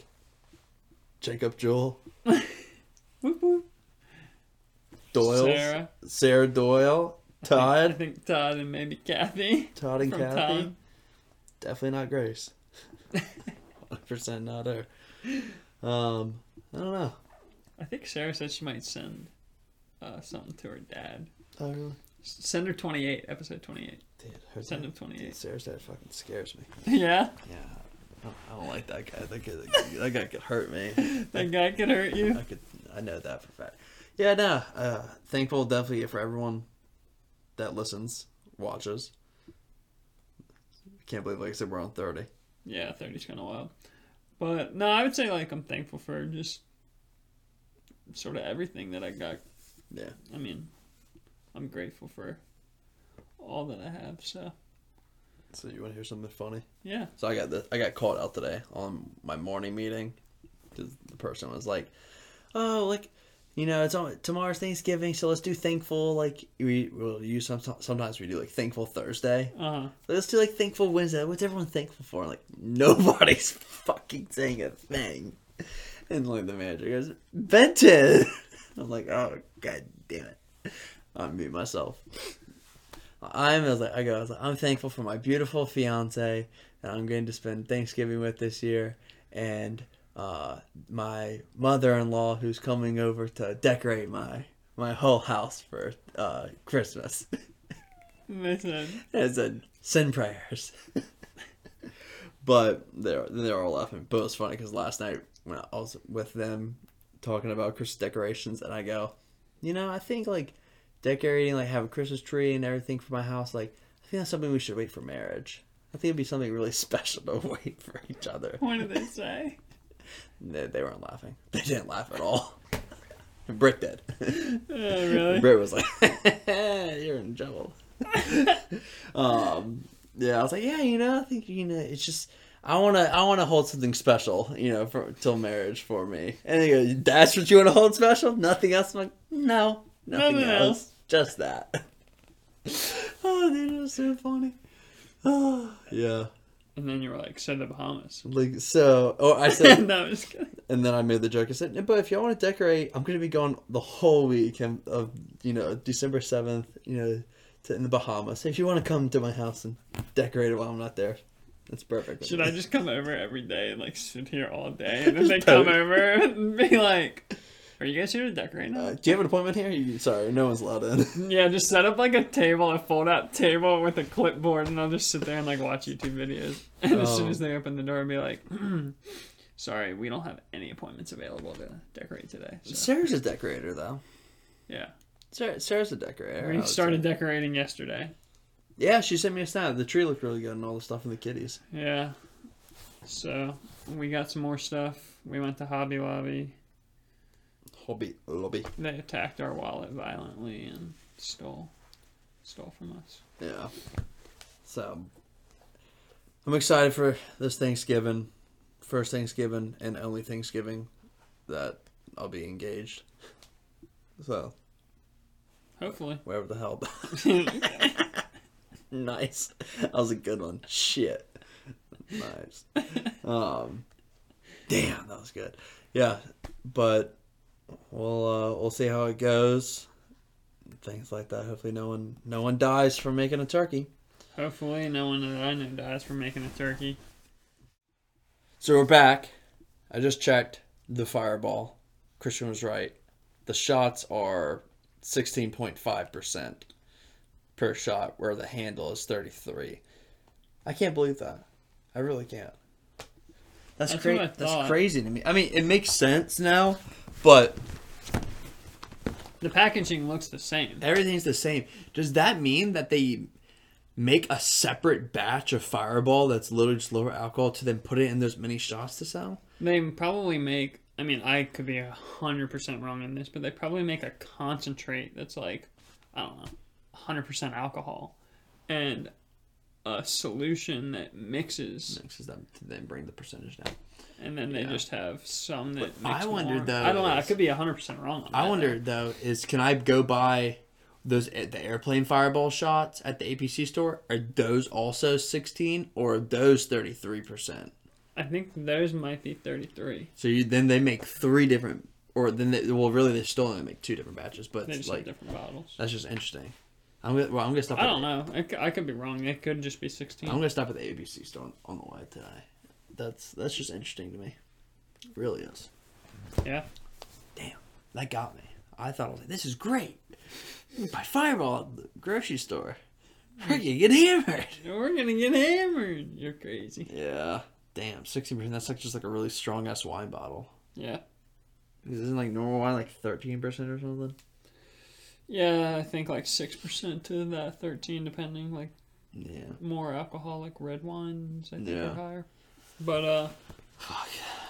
S1: Jacob, Jewel,
S2: whoop whoop.
S1: Doyle, Sarah,
S2: Sarah.
S1: Doyle,
S2: I
S1: Todd,
S2: think Todd and maybe Kathy.
S1: Todd and
S2: from
S1: Kathy.
S2: Todd.
S1: Definitely not Grace. Hundred percent not her. Um, I don't know.
S2: I think Sarah said she might send uh, something to her dad.
S1: I don't really.
S2: S- Send her 28, episode 28.
S1: Dude, her
S2: Send
S1: dad-
S2: him 28.
S1: dude, Sarah's dad fucking scares me.
S2: yeah?
S1: Yeah, I don't, I don't like that guy. That guy, that guy could hurt me.
S2: That guy could hurt you.
S1: I could I know that for a fact. Yeah, no. Uh thankful definitely for everyone that listens, watches. I can't believe like I said we're on thirty.
S2: Yeah, 30's kind of wild. But no, I would say like I'm thankful for just sort of everything that I got.
S1: Yeah.
S2: I mean, I'm grateful for all that I have. So
S1: So you wanna hear something funny?
S2: yeah.
S1: So I got this I got called out today on my morning meeting because the person was like, Oh, like you know, it's on tomorrow's Thanksgiving, so let's do thankful. Like we will use some sometimes we do like thankful Thursday.
S2: Uh huh.
S1: Let's do like thankful Wednesday. What's everyone thankful for? Like nobody's fucking saying a thing. And like the manager goes, Benton. I'm like, oh god damn it. I mute myself. I'm I was like I go. I was like, I'm thankful for my beautiful fiance that I'm going to spend Thanksgiving with this year, and uh, my mother-in-law who's coming over to decorate my my whole house for uh, Christmas.
S2: They said
S1: As in, send prayers. but they're they're all laughing. But it's funny because last night when I was with them talking about Christmas decorations, and I go, you know, I think like decorating, like have a Christmas tree and everything for my house, like I think that's something we should wait for marriage. I think it'd be something really special to wait for each other.
S2: what did they say?
S1: They, they weren't laughing. They didn't laugh at all. Britt did.
S2: Oh, really?
S1: Britt was like, "You're in trouble." um, yeah, I was like, "Yeah, you know, I think you know, it's just I wanna, I wanna hold something special, you know, for till marriage for me." And he goes, "That's what you wanna hold special? Nothing else?" I'm like, "No, nothing,
S2: Nothing
S1: else.
S2: else.
S1: just that." oh, dude, it was so funny. Oh, yeah,
S2: And then you were like, "So the Bahamas."
S1: like so. Or I said,
S2: no, I'm just kidding.
S1: and then I made the joke. I said, "But if y'all want to decorate, I'm going to be gone the whole week of, of you know December seventh, you know, to, in the Bahamas. So if you want to come to my house and decorate it while I'm not there, that's perfect.
S2: Should I just come over every day and like sit here all day and then
S1: Just
S2: they come
S1: post.
S2: over and be like, Are you guys here to decorate now?
S1: Uh, do you have an appointment here? You, sorry, no one's allowed in.
S2: yeah, just set up like a table, a fold out table with a clipboard, and I'll just sit there and like watch YouTube videos. And as soon
S1: Oh.
S2: as they open the door, I'll be like, "Hmm, sorry, we don't have any appointments available to decorate today. So,
S1: Sarah's a decorator, though.
S2: yeah.
S1: Sarah, Sarah's a decorator. I
S2: We
S1: would
S2: started
S1: say.
S2: decorating yesterday.
S1: Yeah, she sent me a snap. The tree looked really good and all the stuff in the kitties.
S2: Yeah. So we got some more stuff. We went to Hobby Lobby.
S1: Hobby lobby.
S2: They attacked our wallet violently and stole stole from us.
S1: Yeah. So I'm excited for this Thanksgiving, first Thanksgiving and only Thanksgiving that I'll be engaged. So
S2: Hopefully.
S1: wherever the hell. nice. That was a good one. Shit. Nice. Um. Damn, that was good. Yeah, but we'll uh, we'll see how it goes. Things like that. Hopefully, no one no one dies from making a turkey.
S2: Hopefully no one that I know dies from making a turkey.
S1: So we're back. I just checked the fireball. Christian was right. The shots are 16.5% per shot, where the handle is 33. I can't believe that. I really can't. That's,
S2: That's
S1: crazy.
S2: what I thought.
S1: That's crazy to me. I mean, it makes sense now, but
S2: The packaging looks the same.
S1: everything's the same. Does that mean that they make a separate batch of fireball that's literally just lower alcohol to then put it in those many shots to sell?
S2: They probably make I mean, I could be a hundred percent wrong in this, but they probably make a concentrate that's like I don't know, hundred percent alcohol and a solution that mixes
S1: Mixes them to then bring the percentage down.
S2: And then they just have some that.
S1: But
S2: makes
S1: I wondered,
S2: more.
S1: though,
S2: I don't know. I
S1: is-
S2: could be hundred percent wrong. On
S1: I
S2: that.
S1: wonder though is can I go buy those the airplane fireball shots at the APC store? Are those also sixteen or are those thirty three percent?
S2: I think those might be thirty-three.
S1: So you then they make three different, or then they, well really they still only make two different batches, but
S2: They
S1: it's
S2: just have
S1: like
S2: different bottles.
S1: that's just interesting. I'm gonna well, I'm gonna stop.
S2: I
S1: at
S2: don't
S1: the-
S2: know. I, c- I could be wrong. It could just be sixteen.
S1: I'm gonna stop at the ABC store on, on the way today. That's that's just interesting to me. It really is.
S2: Yeah.
S1: Damn, that got me. I thought I was like, this is great. Buy fireball at the grocery store. We're gonna get hammered.
S2: We're gonna get hammered. You're crazy.
S1: Yeah. Damn, sixteen percent. That's like just like a really strong ass wine bottle.
S2: Yeah.
S1: Isn't like normal wine like thirteen percent or something?
S2: Yeah. I think like six percent to that thirteen, depending. Like
S1: Yeah.
S2: more alcoholic red wines, I think,
S1: Yeah.
S2: are higher. But uh,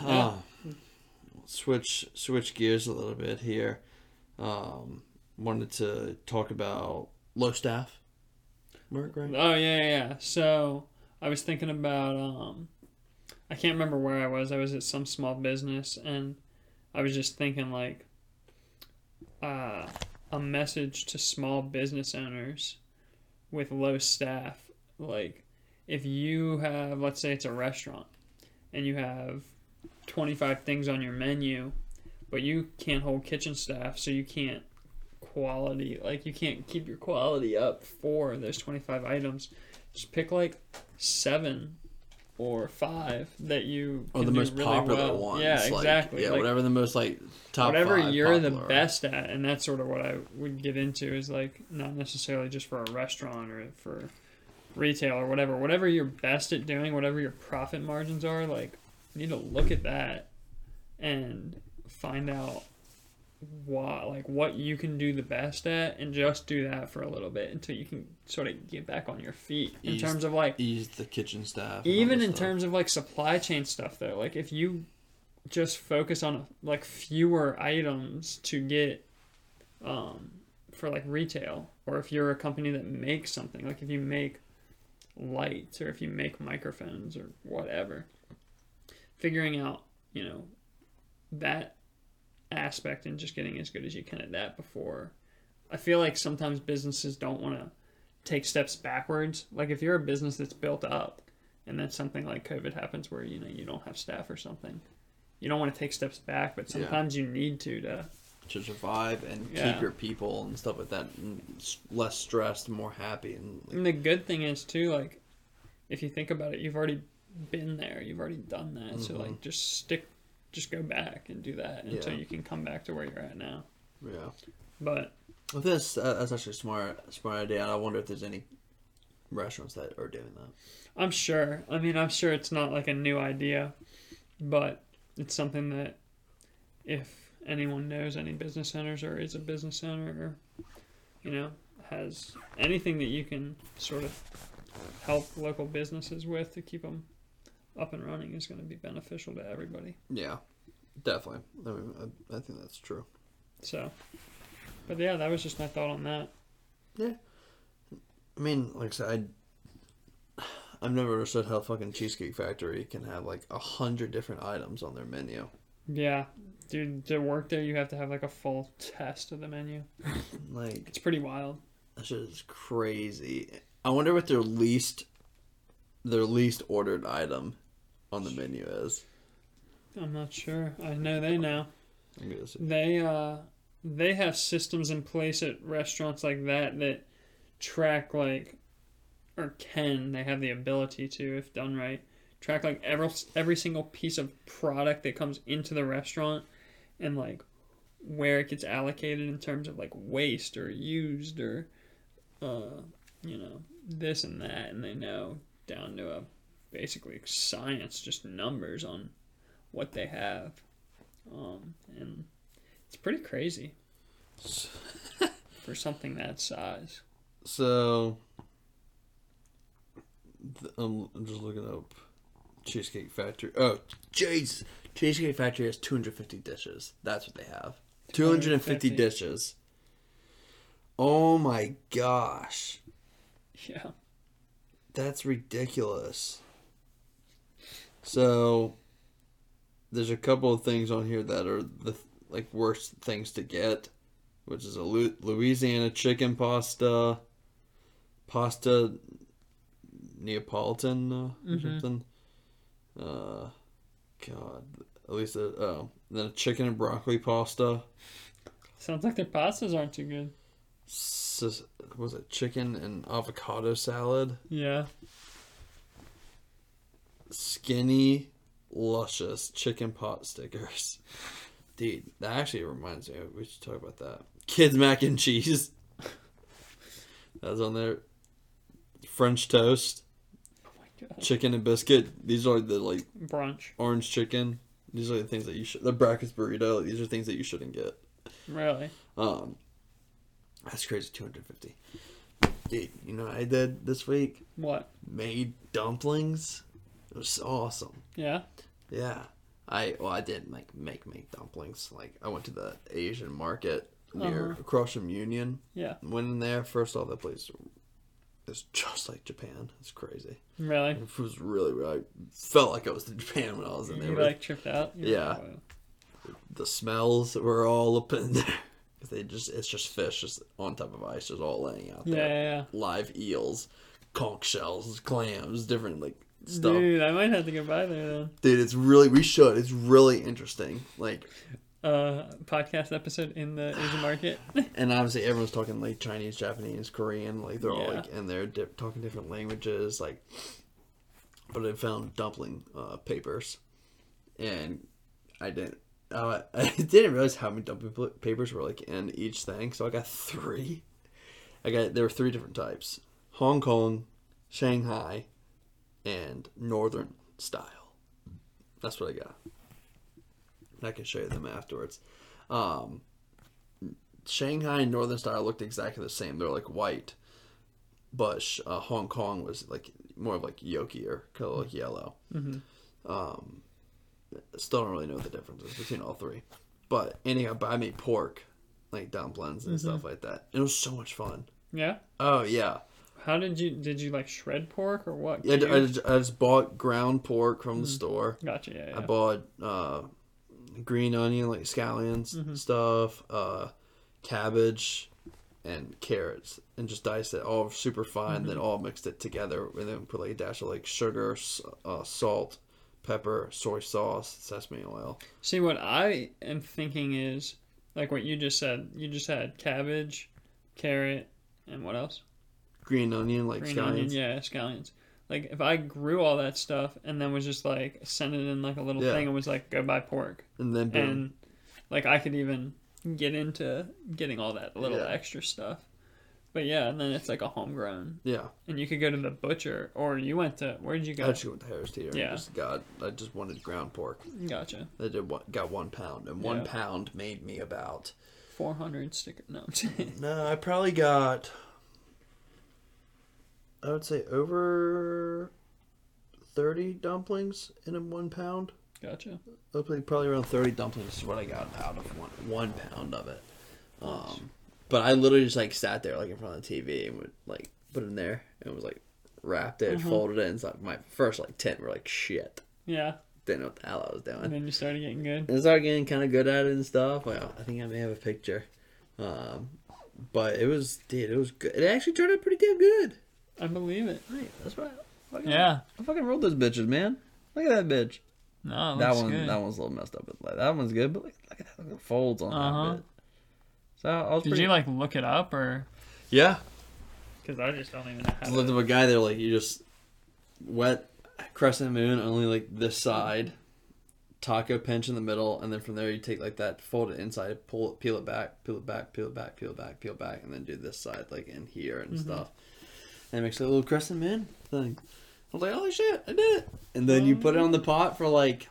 S1: Oh. Switch switch gears a little bit here. Um, wanted to talk about low staff. Work right?
S2: Oh yeah, yeah, yeah. So I was thinking about um, I can't remember where I was. I was at some small business, and I was just thinking like, uh, a message to small business owners with low staff. Like, if you have, let's say, it's a restaurant, and you have twenty five things on your menu, but you can't hold kitchen staff, so you can't quality like you can't keep your quality up for those 25 items just pick like seven or five that you
S1: Or the
S2: can do
S1: most
S2: really
S1: popular
S2: well.
S1: ones.
S2: yeah
S1: like,
S2: exactly
S1: Yeah,
S2: Like,
S1: whatever the most like top.
S2: whatever
S1: you
S2: you're the best at and that's sort of what i would get into is like not necessarily just for a restaurant or for retail or whatever whatever you're best at doing whatever your profit margins are like you need to look at that and find out why like what you can do the best at and just do that for a little bit until you can sort of get back on your feet in
S1: Ease-
S2: terms of like
S1: Ease the kitchen staff. and all
S2: even
S1: that
S2: in
S1: stuff.
S2: terms of like supply chain stuff though like if you just focus on like fewer items to get um for like retail or if you're a company that makes something like if you make lights or if you make microphones or whatever figuring out you know that aspect and just getting as good as you can at that before i feel like sometimes businesses don't want to take steps backwards like if you're a business that's built up and then something like covid happens where you know you don't have staff or something you don't want to take steps back but
S1: Yeah.
S2: sometimes you need to to
S1: to survive and
S2: Yeah.
S1: keep your people and stuff like that and s- less stressed, more happy and like,
S2: And the good thing is too, like, if you think about it, you've already been there, you've already done that. So like, just stick just go back and do that until
S1: Mm-hmm. Yeah.
S2: you can come back to where you're at now.
S1: Yeah.
S2: But
S1: Well, that's uh, that's actually a smart smart idea, and I wonder if there's any restaurants that are doing that.
S2: I'm sure. I mean, I'm sure it's not like a new idea, but it's something that if anyone knows any business owners or is a business owner or, you know, has anything that you can sort of help local businesses with to keep them up and running is going to be beneficial to everybody.
S1: Yeah, definitely. I, mean, I, I think that's true.
S2: So, but yeah, that was just my thought on that.
S1: I mean, like I said, I, I've never understood how fucking Cheesecake Factory can have like a hundred different items on their menu.
S2: Yeah, dude, to work there, you have to have like a full test of the menu.
S1: Like
S2: It's pretty wild.
S1: that shit is crazy. I wonder what their least their least ordered item on the menu is.
S2: I'm not sure. I know they know.
S1: I'm gonna see.
S2: They uh they have systems in place at restaurants like that that track like or can they have the ability to if done right track like every every single piece of product that comes into the restaurant and like where it gets allocated in terms of like waste or used or uh you know this and that and they know down to a basically science just numbers on what they have um and it's pretty crazy for something that size.
S1: So, th- um, I'm, I'm just looking up Cheesecake Factory. Oh, jeez. Cheesecake Factory has 250 dishes. That's what they have. 250
S2: 250.
S1: dishes. Oh my gosh.
S2: Yeah.
S1: That's ridiculous. So, there's a couple of things on here that are the like worst things to get, which is a Lu- Louisiana chicken pasta, pasta Neapolitan uh, or
S2: Mhm.
S1: something. Uh, God, at least a, oh, then a chicken and broccoli pasta.
S2: Sounds like their pastas aren't too good.
S1: Sis- was it chicken and avocado salad?
S2: Yeah.
S1: skinny, luscious chicken pot stickers. Dude, that actually reminds me. We should talk about that. Kids mac and cheese. That's on there. French toast,
S2: Oh my god.
S1: chicken and biscuit. These are the like
S2: Brunch.
S1: orange chicken. These are the things that you should. The breakfast burrito. like, these are things that you shouldn't get.
S2: Really?
S1: Um, that's crazy. Two hundred fifty. Dude, you know what I did this week?
S2: What?
S1: Made dumplings. It was awesome.
S2: Yeah.
S1: Yeah. I well I did like make make dumplings. Like I went to the Asian market near
S2: Uh-huh.
S1: across from Union.
S2: Yeah.
S1: Went in there, first off that place is just like Japan. It's crazy.
S2: Really?
S1: It was really really felt like I was in Japan when I was in there.
S2: You like tripped out? You're
S1: Yeah.
S2: like, "Whoa."
S1: The smells were all up in there. 'Cause They just it's just fish just on top of ice, just all laying out
S2: Yeah,
S1: there.
S2: yeah, yeah.
S1: Live eels, conch shells, clams, different like stuff. Dude.
S2: Dude, I might have to go by there then.
S1: it's really we should. It's really interesting. Like
S2: Uh, podcast episode in the Asian market.
S1: and obviously everyone's talking like Chinese, Japanese, Korean, like they're all
S2: Yeah.
S1: like in there di- talking different languages, like. But I found dumpling uh, papers, and I didn't. Uh, I didn't realize how many dumpling pl- papers were like in each thing, so I got three. I got there were three different types: Hong Kong, Shanghai, and Northern style. That's what I got. And I can show you them afterwards. Um, Shanghai and Northern Style looked exactly the same. They're like white, but sh- uh, Hong Kong was like more of like yoki or kind of like yellow.
S2: Mhm.
S1: Um, still don't really know the differences between all three. But anyhow, but I made pork, like dumplings and stuff like that. It was so much fun.
S2: Yeah.
S1: Oh yeah,
S2: How did you did you like shred pork or what?
S1: I, I,
S2: Cubes?
S1: just, I just bought ground pork from the store.
S2: gotcha. Yeah.
S1: I
S2: yeah.
S1: bought uh, green onion, like scallions
S2: Mm-hmm.
S1: stuff, uh, cabbage, and carrots, and just diced it all super fine.
S2: Mm-hmm.
S1: Then all mixed it together, and then put like a dash of like sugar, s- uh, salt, pepper, soy sauce, sesame oil.
S2: See, what I am thinking is like what you just said. You just had cabbage, carrot, and what else?
S1: Green onion, like
S2: Green
S1: scallions.
S2: onion, yeah, scallions. Like if I grew all that stuff and then was just like sent it in like a little
S1: Yeah.
S2: thing and was like go buy pork
S1: and then boom.
S2: and like I could even get into getting all that little
S1: Yeah.
S2: extra stuff. But yeah, and then it's like a homegrown,
S1: yeah,
S2: and you could go to the butcher, or you went to where did you
S1: I
S2: go?
S1: just went to Harris Teeter. Yeah,
S2: Yeah.
S1: just got I just wanted ground pork.
S2: Gotcha,
S1: I did one, got one pound, and one
S2: Yeah.
S1: pound made me about.
S2: four hundred sticker. No, I'm saying-
S1: No, I probably got. I would say over thirty dumplings in a one pound.
S2: gotcha.
S1: I'd say Probably around thirty dumplings is what I got out of one one pound of it. Um, but I literally just like sat there like in front of the TV and would like put it in there and was like wrapped it, folded it, and it's like my first like ten were like shit.
S2: Yeah,
S1: Didn't know what the hell I was doing.
S2: and then you started getting good.
S1: and started getting kind of good at it and stuff. Well, I think I may have a picture, um, but it was, dude, it was good. It actually turned out pretty damn good.
S2: I believe it.
S1: Right, that's right. I fucking,
S2: Yeah,
S1: I fucking rolled those bitches, man. Look at that bitch.
S2: no, it
S1: that
S2: looks
S1: one,
S2: good.
S1: that one's a little messed up, but like, that one's good. But like, look at that, look at the folds on
S2: Uh-huh.
S1: that bitch. So I was
S2: Did
S1: pretty.
S2: you like look it up or?
S1: yeah,
S2: Because I just don't even know.
S1: I
S2: How
S1: looked
S2: to...
S1: up a guy there like you just wet crescent moon only like this side, taco pinch in the middle, and then from there you take like that, fold it inside, pull it, peel it back, peel it back, peel it back, peel it back, peel it back, and then do this side like in here and stuff, and it makes a little crescent moon thing. I was like, holy shit, I did it! And then you put it on the pot for like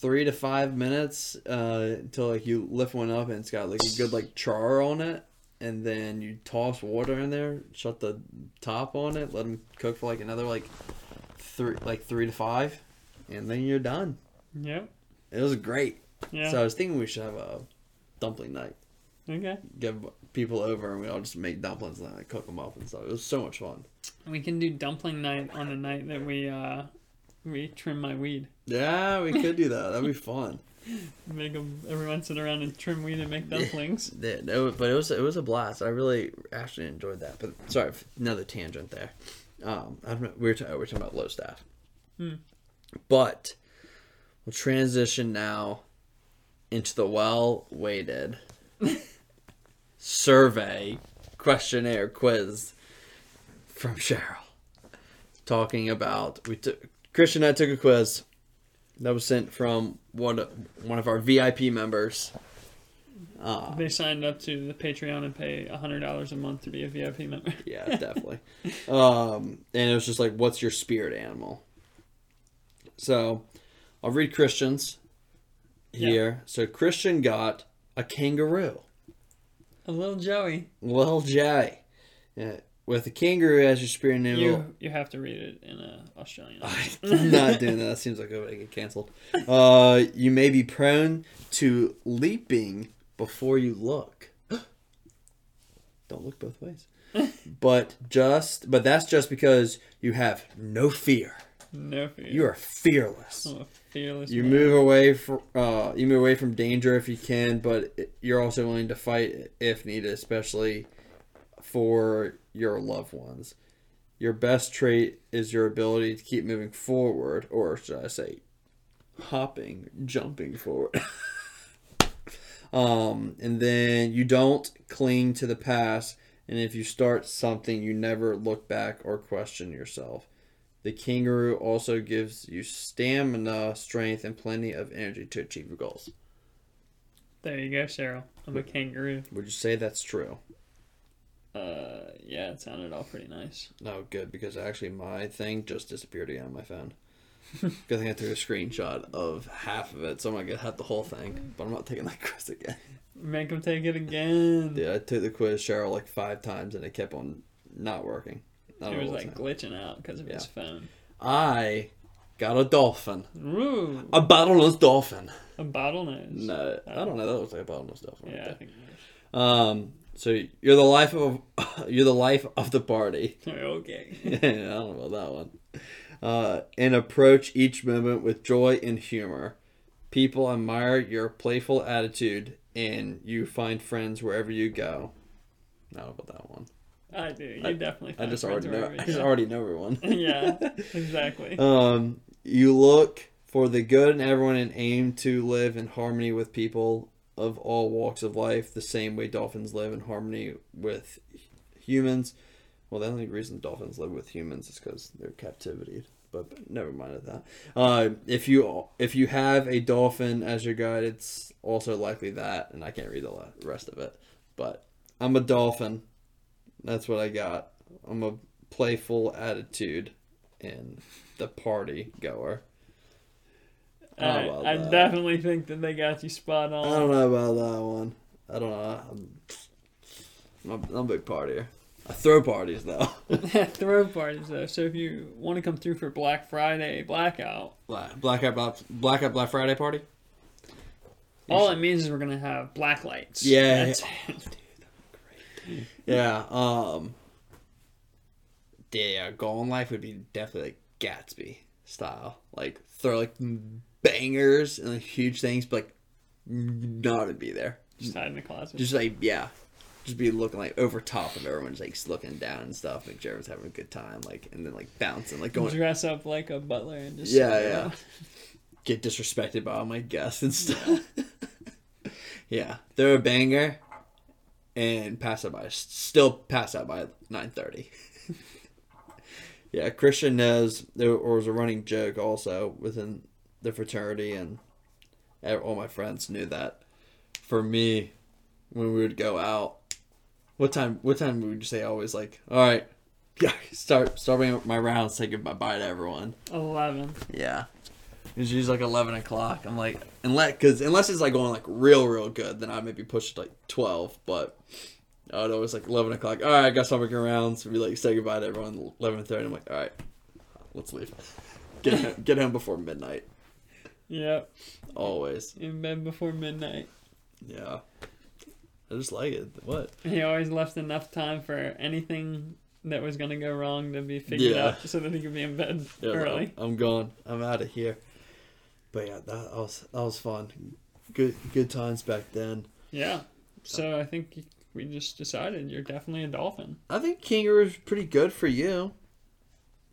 S1: three to five minutes uh, until like you lift one up and it's got like a good like char on it and then you toss water in there shut the top on it let them cook for like another like three like three to five and then you're done
S2: Yep.
S1: it was great
S2: Yeah.
S1: so i was thinking we should have a dumpling night
S2: okay.
S1: get people over and we all just make dumplings and like, cook them up and stuff it was so much fun
S2: We can do dumpling night on the night that we uh we trim my weed.
S1: yeah we could do that that'd be fun
S2: Make 'em- everyone sit around and trim weed and make dumplings.
S1: Yeah, no, but it was it was a blast. I really actually enjoyed that. But sorry, f- another tangent there. Um, I don't know. We were, ta- we were talking about low staff,
S2: Hmm.
S1: but we'll transition now into the well-weighted survey questionnaire quiz from Cheryl, talking about we took Christian and I took a quiz that was sent from one of- one of our VIP members. Uh,
S2: They signed up to the Patreon and pay hundred dollars a month to be a VIP member.
S1: yeah, definitely. um, and it was just like, what's your spirit animal? So I'll read Christian's
S2: Yeah.
S1: here. So Christian got a kangaroo.
S2: a little Joey.
S1: Well, Jay. Yeah, with a kangaroo as your spirit animal.
S2: You you have to read it in uh, Australian.
S1: Ah. I'm not doing that. That seems like I would get canceled. Uh, you may be prone to leaping before you look. Don't look both ways. But just, but that's just because you have no fear.
S2: No fear.
S1: You are fearless.
S2: I'm a fearless.
S1: You
S2: man.
S1: move away from, uh, you move away from danger if you can, but you're also willing to fight if needed, especially for your loved ones. Your best trait is your ability to keep moving forward, or should I say, hopping, jumping forward. um, and then you don't cling to the past, and if you start something, you never look back or question yourself. The kangaroo also gives you stamina, strength, and plenty of energy to achieve your goals.
S2: There you go, Cheryl. I'm a kangaroo.
S1: Would you say that's true?
S2: Uh, yeah, it sounded all pretty nice.
S1: No, good because actually my thing just disappeared again on my phone. Good thing I took a screenshot of half of it, so I'm not gonna have the whole thing. But I'm not taking that quiz again.
S2: Make them take it again.
S1: Dude, I took the quiz Cheryl like five times and it kept on not working. I,
S2: It
S1: don't know
S2: was
S1: what's
S2: like
S1: happening.
S2: glitching out because of his
S1: Yeah.
S2: phone.
S1: I got a dolphin,
S2: Ooh,
S1: a bottlenose dolphin.
S2: a bottlenose.
S1: No, I don't know. That looks like a bottlenose dolphin. right
S2: Yeah, I
S1: there.
S2: think it
S1: Um. So you're the life of you're the life of the party.
S2: is. Okay.
S1: I don't know about that one. Uh, and approach each moment with joy and humor. People admire your playful attitude, and you find friends wherever you go. Not about that one.
S2: I do. You
S1: I-
S2: definitely.
S1: I
S2: find
S1: just
S2: friends
S1: already know.
S2: wherever
S1: I
S2: you
S1: just
S2: go.
S1: already know everyone.
S2: yeah, exactly.
S1: Um, you look for the good in everyone and aim to live in harmony with people of all walks of life, the same way dolphins live in harmony with humans. Well, the only reason dolphins live with humans is because they're captivity. But never mind at that. Uh, if you if you have a dolphin as your guide, it's also likely that, and I can't read the la- rest of it. But I'm a dolphin. That's what I got. I'm a playful attitude and the party goer. I don't
S2: I,
S1: know about
S2: I
S1: that.
S2: definitely think that they got you spot
S1: I don't
S2: on.
S1: know about that one. I don't know. I'm, I'm, a- I'm a big partier. I throw parties though.
S2: Throw parties though, so if you want to come through for Black Friday blackout,
S1: Black Blackout Black, Blackout Black Friday party.
S2: all it means is we're gonna have black lights.
S1: Yeah.
S2: That's-
S1: Yeah. Um. Yeah, goal in life would be definitely like Gatsby style, like throw like bangers and like, huge things, but like not to be there.
S2: just hide in the closet.
S1: Just like yeah, just be looking like over top of everyone's like looking down and stuff, make sure everyone's having a good time, like and then like bouncing, like going
S2: dress up like a butler and just
S1: Yeah, yeah. get disrespected by all my guests and stuff. yeah, they're a banger, and pass out by still pass out by nine thirty. yeah, Christian knows there was a running joke also within the fraternity, and ev- all my friends knew that. For me, when we would go out, what time? What time would you say? Always like, all right, yeah, start starting my rounds, say goodbye to everyone.
S2: Eleven.
S1: Yeah. It's usually like eleven o'clock. I'm like, unless because unless it's like going like real real good, then I maybe push to like twelve. But I would always like eleven o'clock. All right, I got some working rounds. We like say goodbye to everyone eleven thirty. I'm like, all right, let's leave. Get home, get home before midnight.
S2: Yep.
S1: Always.
S2: In bed before midnight.
S1: Yeah. I just like it. What?
S2: He always left enough time for anything that was gonna go wrong to be figured
S1: Yeah.
S2: out so that he could be in bed
S1: Yeah, I'm-
S2: early.
S1: I'm gone. I'm out of here. But yeah, that was that was fun. Good good times back then.
S2: Yeah. So I think we just decided you're definitely a dolphin.
S1: I think kangaroo's pretty good for you.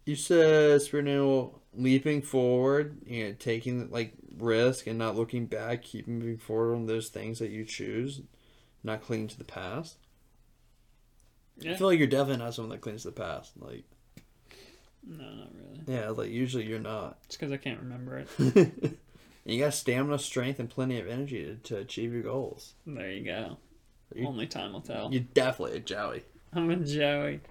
S1: You said Spinel leaping forward and taking like risk and not looking back, keep moving forward on those things that you choose, not clinging to the past. I
S2: Yeah.
S1: feel like you're definitely not someone that clings to the past. Like
S2: No, not really.
S1: yeah, like usually you're not.
S2: It's because I can't remember it.
S1: and you got stamina, strength, and plenty of energy to, to achieve your goals.
S2: There you go.
S1: You-
S2: Only time will tell.
S1: You're definitely a Joey.
S2: I'm a Joey.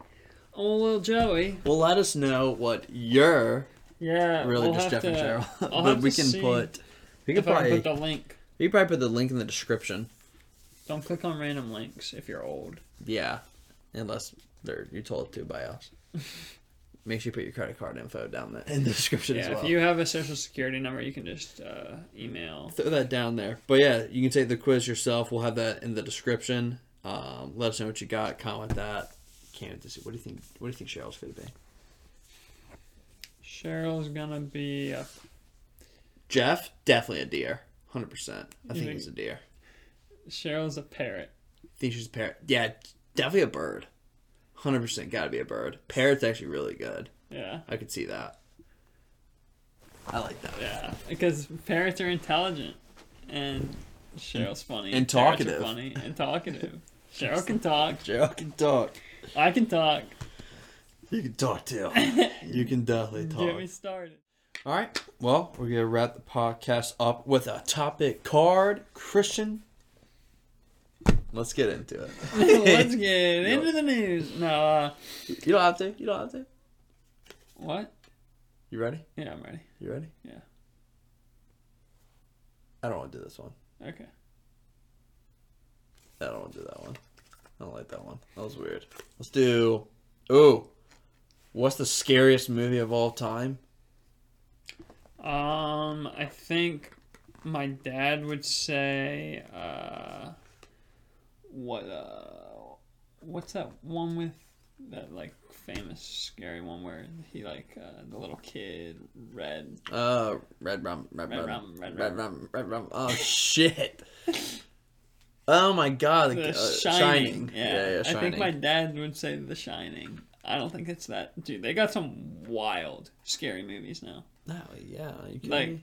S2: Oh, little Joey.
S1: Well, let us know what your
S2: Yeah.
S1: really
S2: we'll
S1: just
S2: have
S1: Jeff and
S2: to-
S1: Cheryl,
S2: I'll
S1: but
S2: have
S1: we
S2: to
S1: can
S2: see
S1: put. We can
S2: If I
S1: probably
S2: can put the link.
S1: You probably put the link in the description.
S2: Don't click on random links if you're old.
S1: Yeah, unless they're you told to by us. Make sure you put your credit card info down there in the description as
S2: Yeah,
S1: well.
S2: if you have a social security number, you can just uh, email.
S1: Throw that down there. But yeah, you can take the quiz yourself. We'll have that in the description. Um, let us know what you got. Comment that. Can't wait to see. What do you think? What do you think Cheryl's gonna be?
S2: Cheryl's gonna be. A,
S1: Jeff definitely a deer. Hundred percent. I
S2: You
S1: think
S2: think-
S1: he's a deer.
S2: Cheryl's a parrot.
S1: think she's a parrot. Yeah, definitely a bird. Hundred percent. Got to be a bird. Parrot's actually really good.
S2: Yeah,
S1: I could see that. I like that.
S2: yeah. Because parrots are intelligent, and Cheryl's funny.
S1: And
S2: Parrots are
S1: talkative.
S2: Funny and talkative. Cheryl can talk.
S1: Gerald can talk.
S2: I can talk.
S1: You can talk too. you can definitely
S2: Get
S1: talk.
S2: me started.
S1: All right. Well, we're gonna wrap the podcast up with a topic card, Christian. Let's get into it.
S2: Let's get into the news. No, uh,
S1: You don't have to. You don't have to.
S2: what?
S1: You ready?
S2: Yeah, I'm ready.
S1: You ready?
S2: Yeah.
S1: I don't want to do this one.
S2: Okay.
S1: I don't want to do that one. I don't like that one. That was weird. Let's do. Ooh, what's the scariest movie of all time?
S2: Um, I think my dad would say, uh, what, uh, what's that one with that like famous scary one where he like uh, the little kid red?
S1: Uh, Red Rum, Red,
S2: Red
S1: rum,
S2: Rum, Red
S1: Red
S2: Rum.
S1: Rum, Red Rum. Oh shit! oh my god,
S2: The
S1: uh,
S2: Shining. Yeah,
S1: yeah, yeah, Shining.
S2: I think my dad would say The Shining. I don't think it's that. Dude, they got some wild scary movies now.
S1: No, Oh, yeah, you can
S2: Like,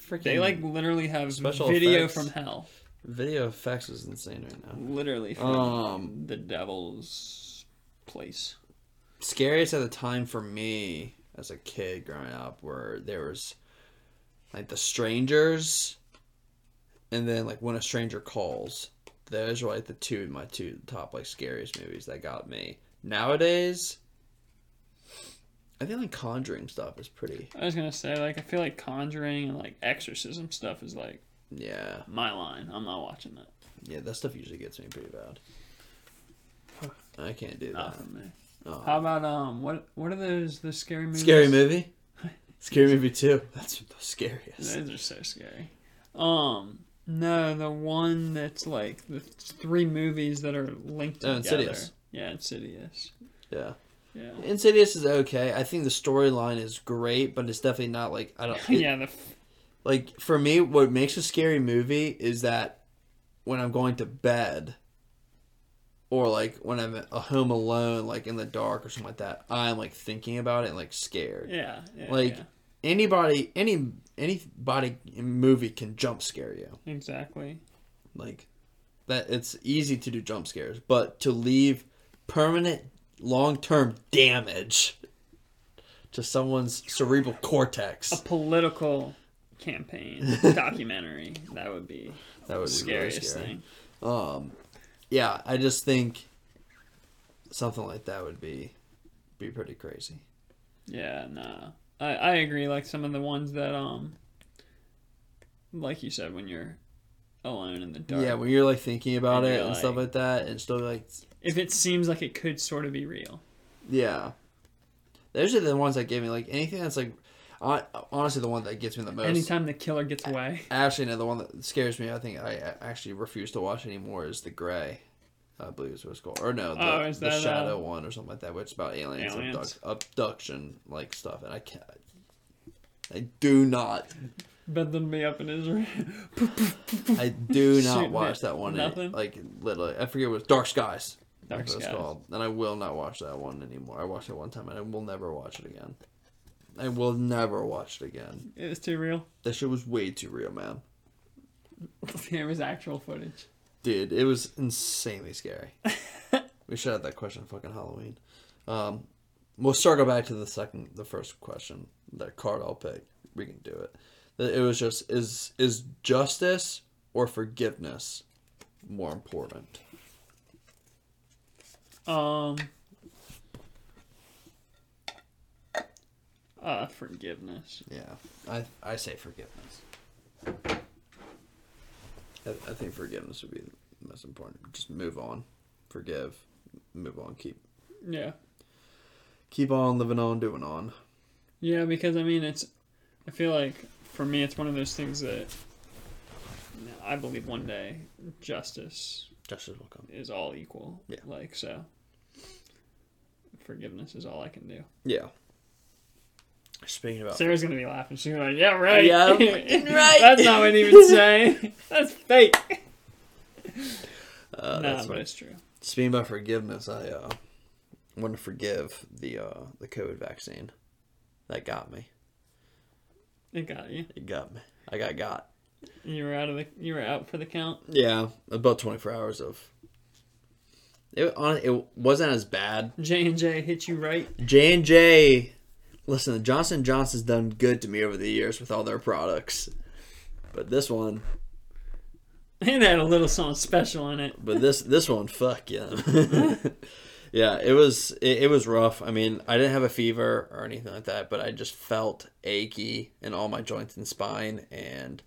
S1: freaking
S2: They like literally have
S1: Special
S2: video
S1: effects.
S2: from hell,
S1: video effects is insane right now.
S2: literally from
S1: Um,
S2: the devil's place.
S1: scariest at the time for me as a kid growing up were there was like the strangers and then like when a stranger calls those were like the two my two top like scariest movies that got me nowadays i think like conjuring stuff is pretty
S2: I was gonna say, like, I feel like Conjuring and like Exorcism stuff is like
S1: yeah
S2: my line. I'm not watching that.
S1: yeah that stuff usually gets me pretty bad i can't do
S2: Not
S1: that
S2: for me.
S1: Oh.
S2: Ah. How about um, what what are those the scary movies?
S1: scary movie scary movie too that's the scariest
S2: Those are so scary. Um, no, the one that's like the th- three movies that are linked
S1: Oh,
S2: together.
S1: Insidious.
S2: Yeah, Insidious.
S1: yeah
S2: Yeah.
S1: Insidious is okay. I think the storyline is great, but it's definitely not like I don't.
S2: yeah. The f-
S1: Like for me, what makes a scary movie is that when I'm going to bed, or like when I'm at home alone, like in the dark or something like that, I'm like thinking about it, and, like scared.
S2: yeah, yeah.
S1: like
S2: yeah.
S1: anybody, any anybody in movie can jump scare you.
S2: exactly.
S1: Like that, it's easy to do jump scares, but to leave permanent, long-term damage to someone's cerebral cortex.
S2: A political campaign documentary that would be
S1: That would
S2: the
S1: be really
S2: scariest
S1: scary.
S2: thing.
S1: Um, yeah, I just think something like that would be be pretty crazy.
S2: Yeah, no. I, I agree. Like some of the ones that um, like you said, when you're alone in the dark.
S1: Yeah, when you're like thinking about
S2: And
S1: it
S2: you're
S1: and stuff
S2: like-
S1: like that, and still like,
S2: If it seems like it could sort of be real.
S1: yeah, those are the ones that gave me like anything that's like, hon- honestly, the one that gets me the most.
S2: Anytime the killer gets away.
S1: Actually, no, the one that scares me, I think I a- actually refuse to watch anymore is the Gray. I believe is what it's called, or no, the,
S2: Oh, is
S1: the
S2: that, uh,
S1: Shadow one or something like that, which is about aliens,
S2: Aliens.
S1: Abduct, abduction like stuff, and I can't. I do not
S2: Bed them be up in his room.
S1: I do not
S2: Shooting
S1: watch
S2: it.
S1: that one.
S2: Nothing?
S1: Like literally, I forget what it was Dark Skies.
S2: Dark
S1: That's what it's
S2: Skies.
S1: called. And I will not watch that one anymore. I watched it one time, and I will never watch it again. I will never watch it again.
S2: It was too real.
S1: That shit was way too real, man.
S2: It was actual footage.
S1: Dude, it was insanely scary. we should have that question on fucking Halloween. Um, we'll circle back to the second, the first question. That card I'll pick. We can do it. That It was just is is justice or forgiveness more important?
S2: Um. Uh, forgiveness.
S1: Yeah, I I say forgiveness. I, I think forgiveness would be the most important. Just move on, forgive, move on, keep
S2: Yeah.
S1: keep on living on, doing on.
S2: Yeah, because I mean, it's. I feel like for me, it's one of those things that I believe one day justice
S1: Justice will come.
S2: is all equal.
S1: Yeah.
S2: Like so. Forgiveness is all I can do.
S1: Yeah. Speaking about
S2: Sarah's gonna be laughing. She's gonna be like, "Yeah, right.
S1: Yeah, fucking right."
S2: That's not what he would say. That's fake."
S1: uh,
S2: nah,
S1: that's
S2: but
S1: what-
S2: it's true.
S1: speaking about forgiveness, I uh, want to forgive the uh, the COVID vaccine. That got me.
S2: It got you.
S1: It got me. I got got.
S2: You were out of the. You were out for the count.
S1: Yeah, about 24 hours of. It on it wasn't as bad.
S2: J and J hit you right.
S1: J and J. Listen, Johnson Johnson's done good to me over the years with all their products, but this one,
S2: And had a little something special in it.
S1: but this this one, fuck yeah, yeah. It was it, it was rough. I mean, I didn't have a fever or anything like that, but I just felt achy in all my joints and spine and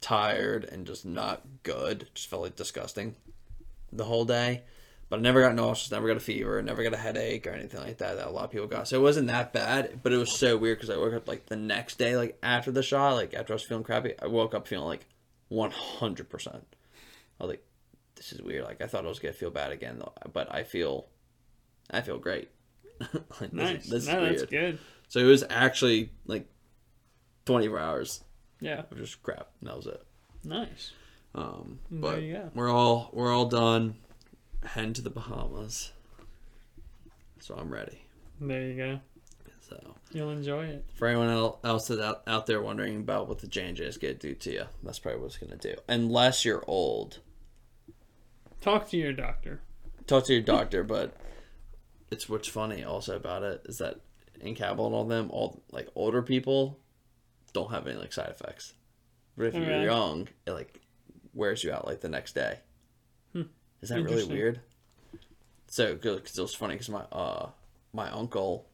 S1: tired and just not good. Just felt like disgusting the whole day. But I never got nauseous, never got a fever, never got a headache or anything like that that a lot of people got. So it wasn't that bad, but it was so weird because I woke up like the next day, like after the shot, like after I was feeling crappy, I woke up feeling like 100%. I was like, this is weird. Like I thought I was going to feel bad again, but I feel, I feel great. like,
S2: Nice. no, that's good.
S1: So it was actually like 24 hours
S2: Yeah.
S1: of just crap. And that was it.
S2: Nice.
S1: Um,
S2: There
S1: but
S2: you go.
S1: we're all we're all done. Heading to the Bahamas. So I'm ready.
S2: There you go.
S1: So
S2: You'll enjoy it.
S1: for anyone el- else that's out, out there wondering about what the J and J is gonna do to you, that's probably what it's gonna do. Unless you're old,
S2: Talk to your doctor.
S1: talk to your doctor. But it's what's funny also about it is that in Cabal and all them, all like older people don't have any like side effects. But if you're
S2: Okay.
S1: young, it like wears you out like the next day. Is that really
S2: Interesting.
S1: weird? So because it was funny because my uh my uncle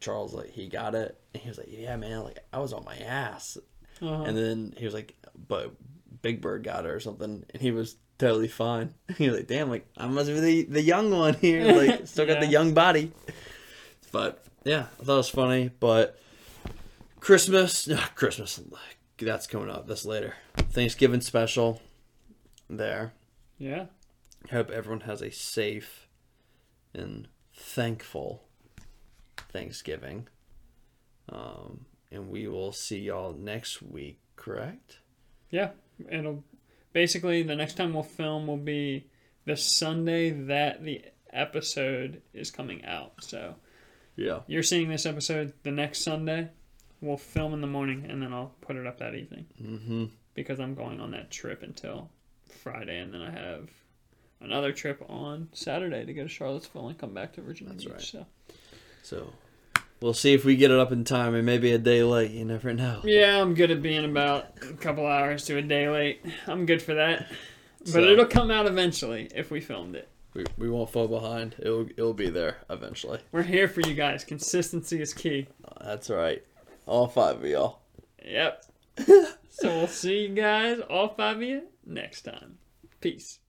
S1: Charles like he got it and he was like yeah man like I was on my ass
S2: Uh-huh.
S1: and then he was like, but Big Bird got her or something, and he was totally fine. He was like, damn, like I must be the, the young one here, like still got the
S2: Yeah.
S1: young body. But yeah, I thought it was funny. But Christmas, not Christmas, that's coming up. That's later. Thanksgiving special. There.
S2: yeah.
S1: Hope everyone has a safe and thankful Thanksgiving. Um, and we will see y'all next week, correct?
S2: Yeah, it'll basically the next time we'll film will be the Sunday that the episode is coming out. So
S1: Yeah.
S2: you're seeing this episode the next Sunday. We'll film in the morning and then I'll put it up that evening
S1: Mm-hmm.
S2: because I'm going on that trip until Friday and then I have another trip on Saturday to go to Charlottesville and come back to Virginia
S1: That's
S2: Beach.
S1: right.
S2: So
S1: So we'll see if we get it up in time and maybe a day late. You never know.
S2: yeah, I'm good at being about a couple hours to a day late. I'm good for that. But
S1: So-
S2: it'll come out eventually if we filmed it.
S1: We, we won't fall behind. It'll it'll be there eventually.
S2: We're here for you guys. Consistency is key.
S1: That's right. All five of y'all.
S2: Yep. so we'll see you guys, all five of you, next time. Peace.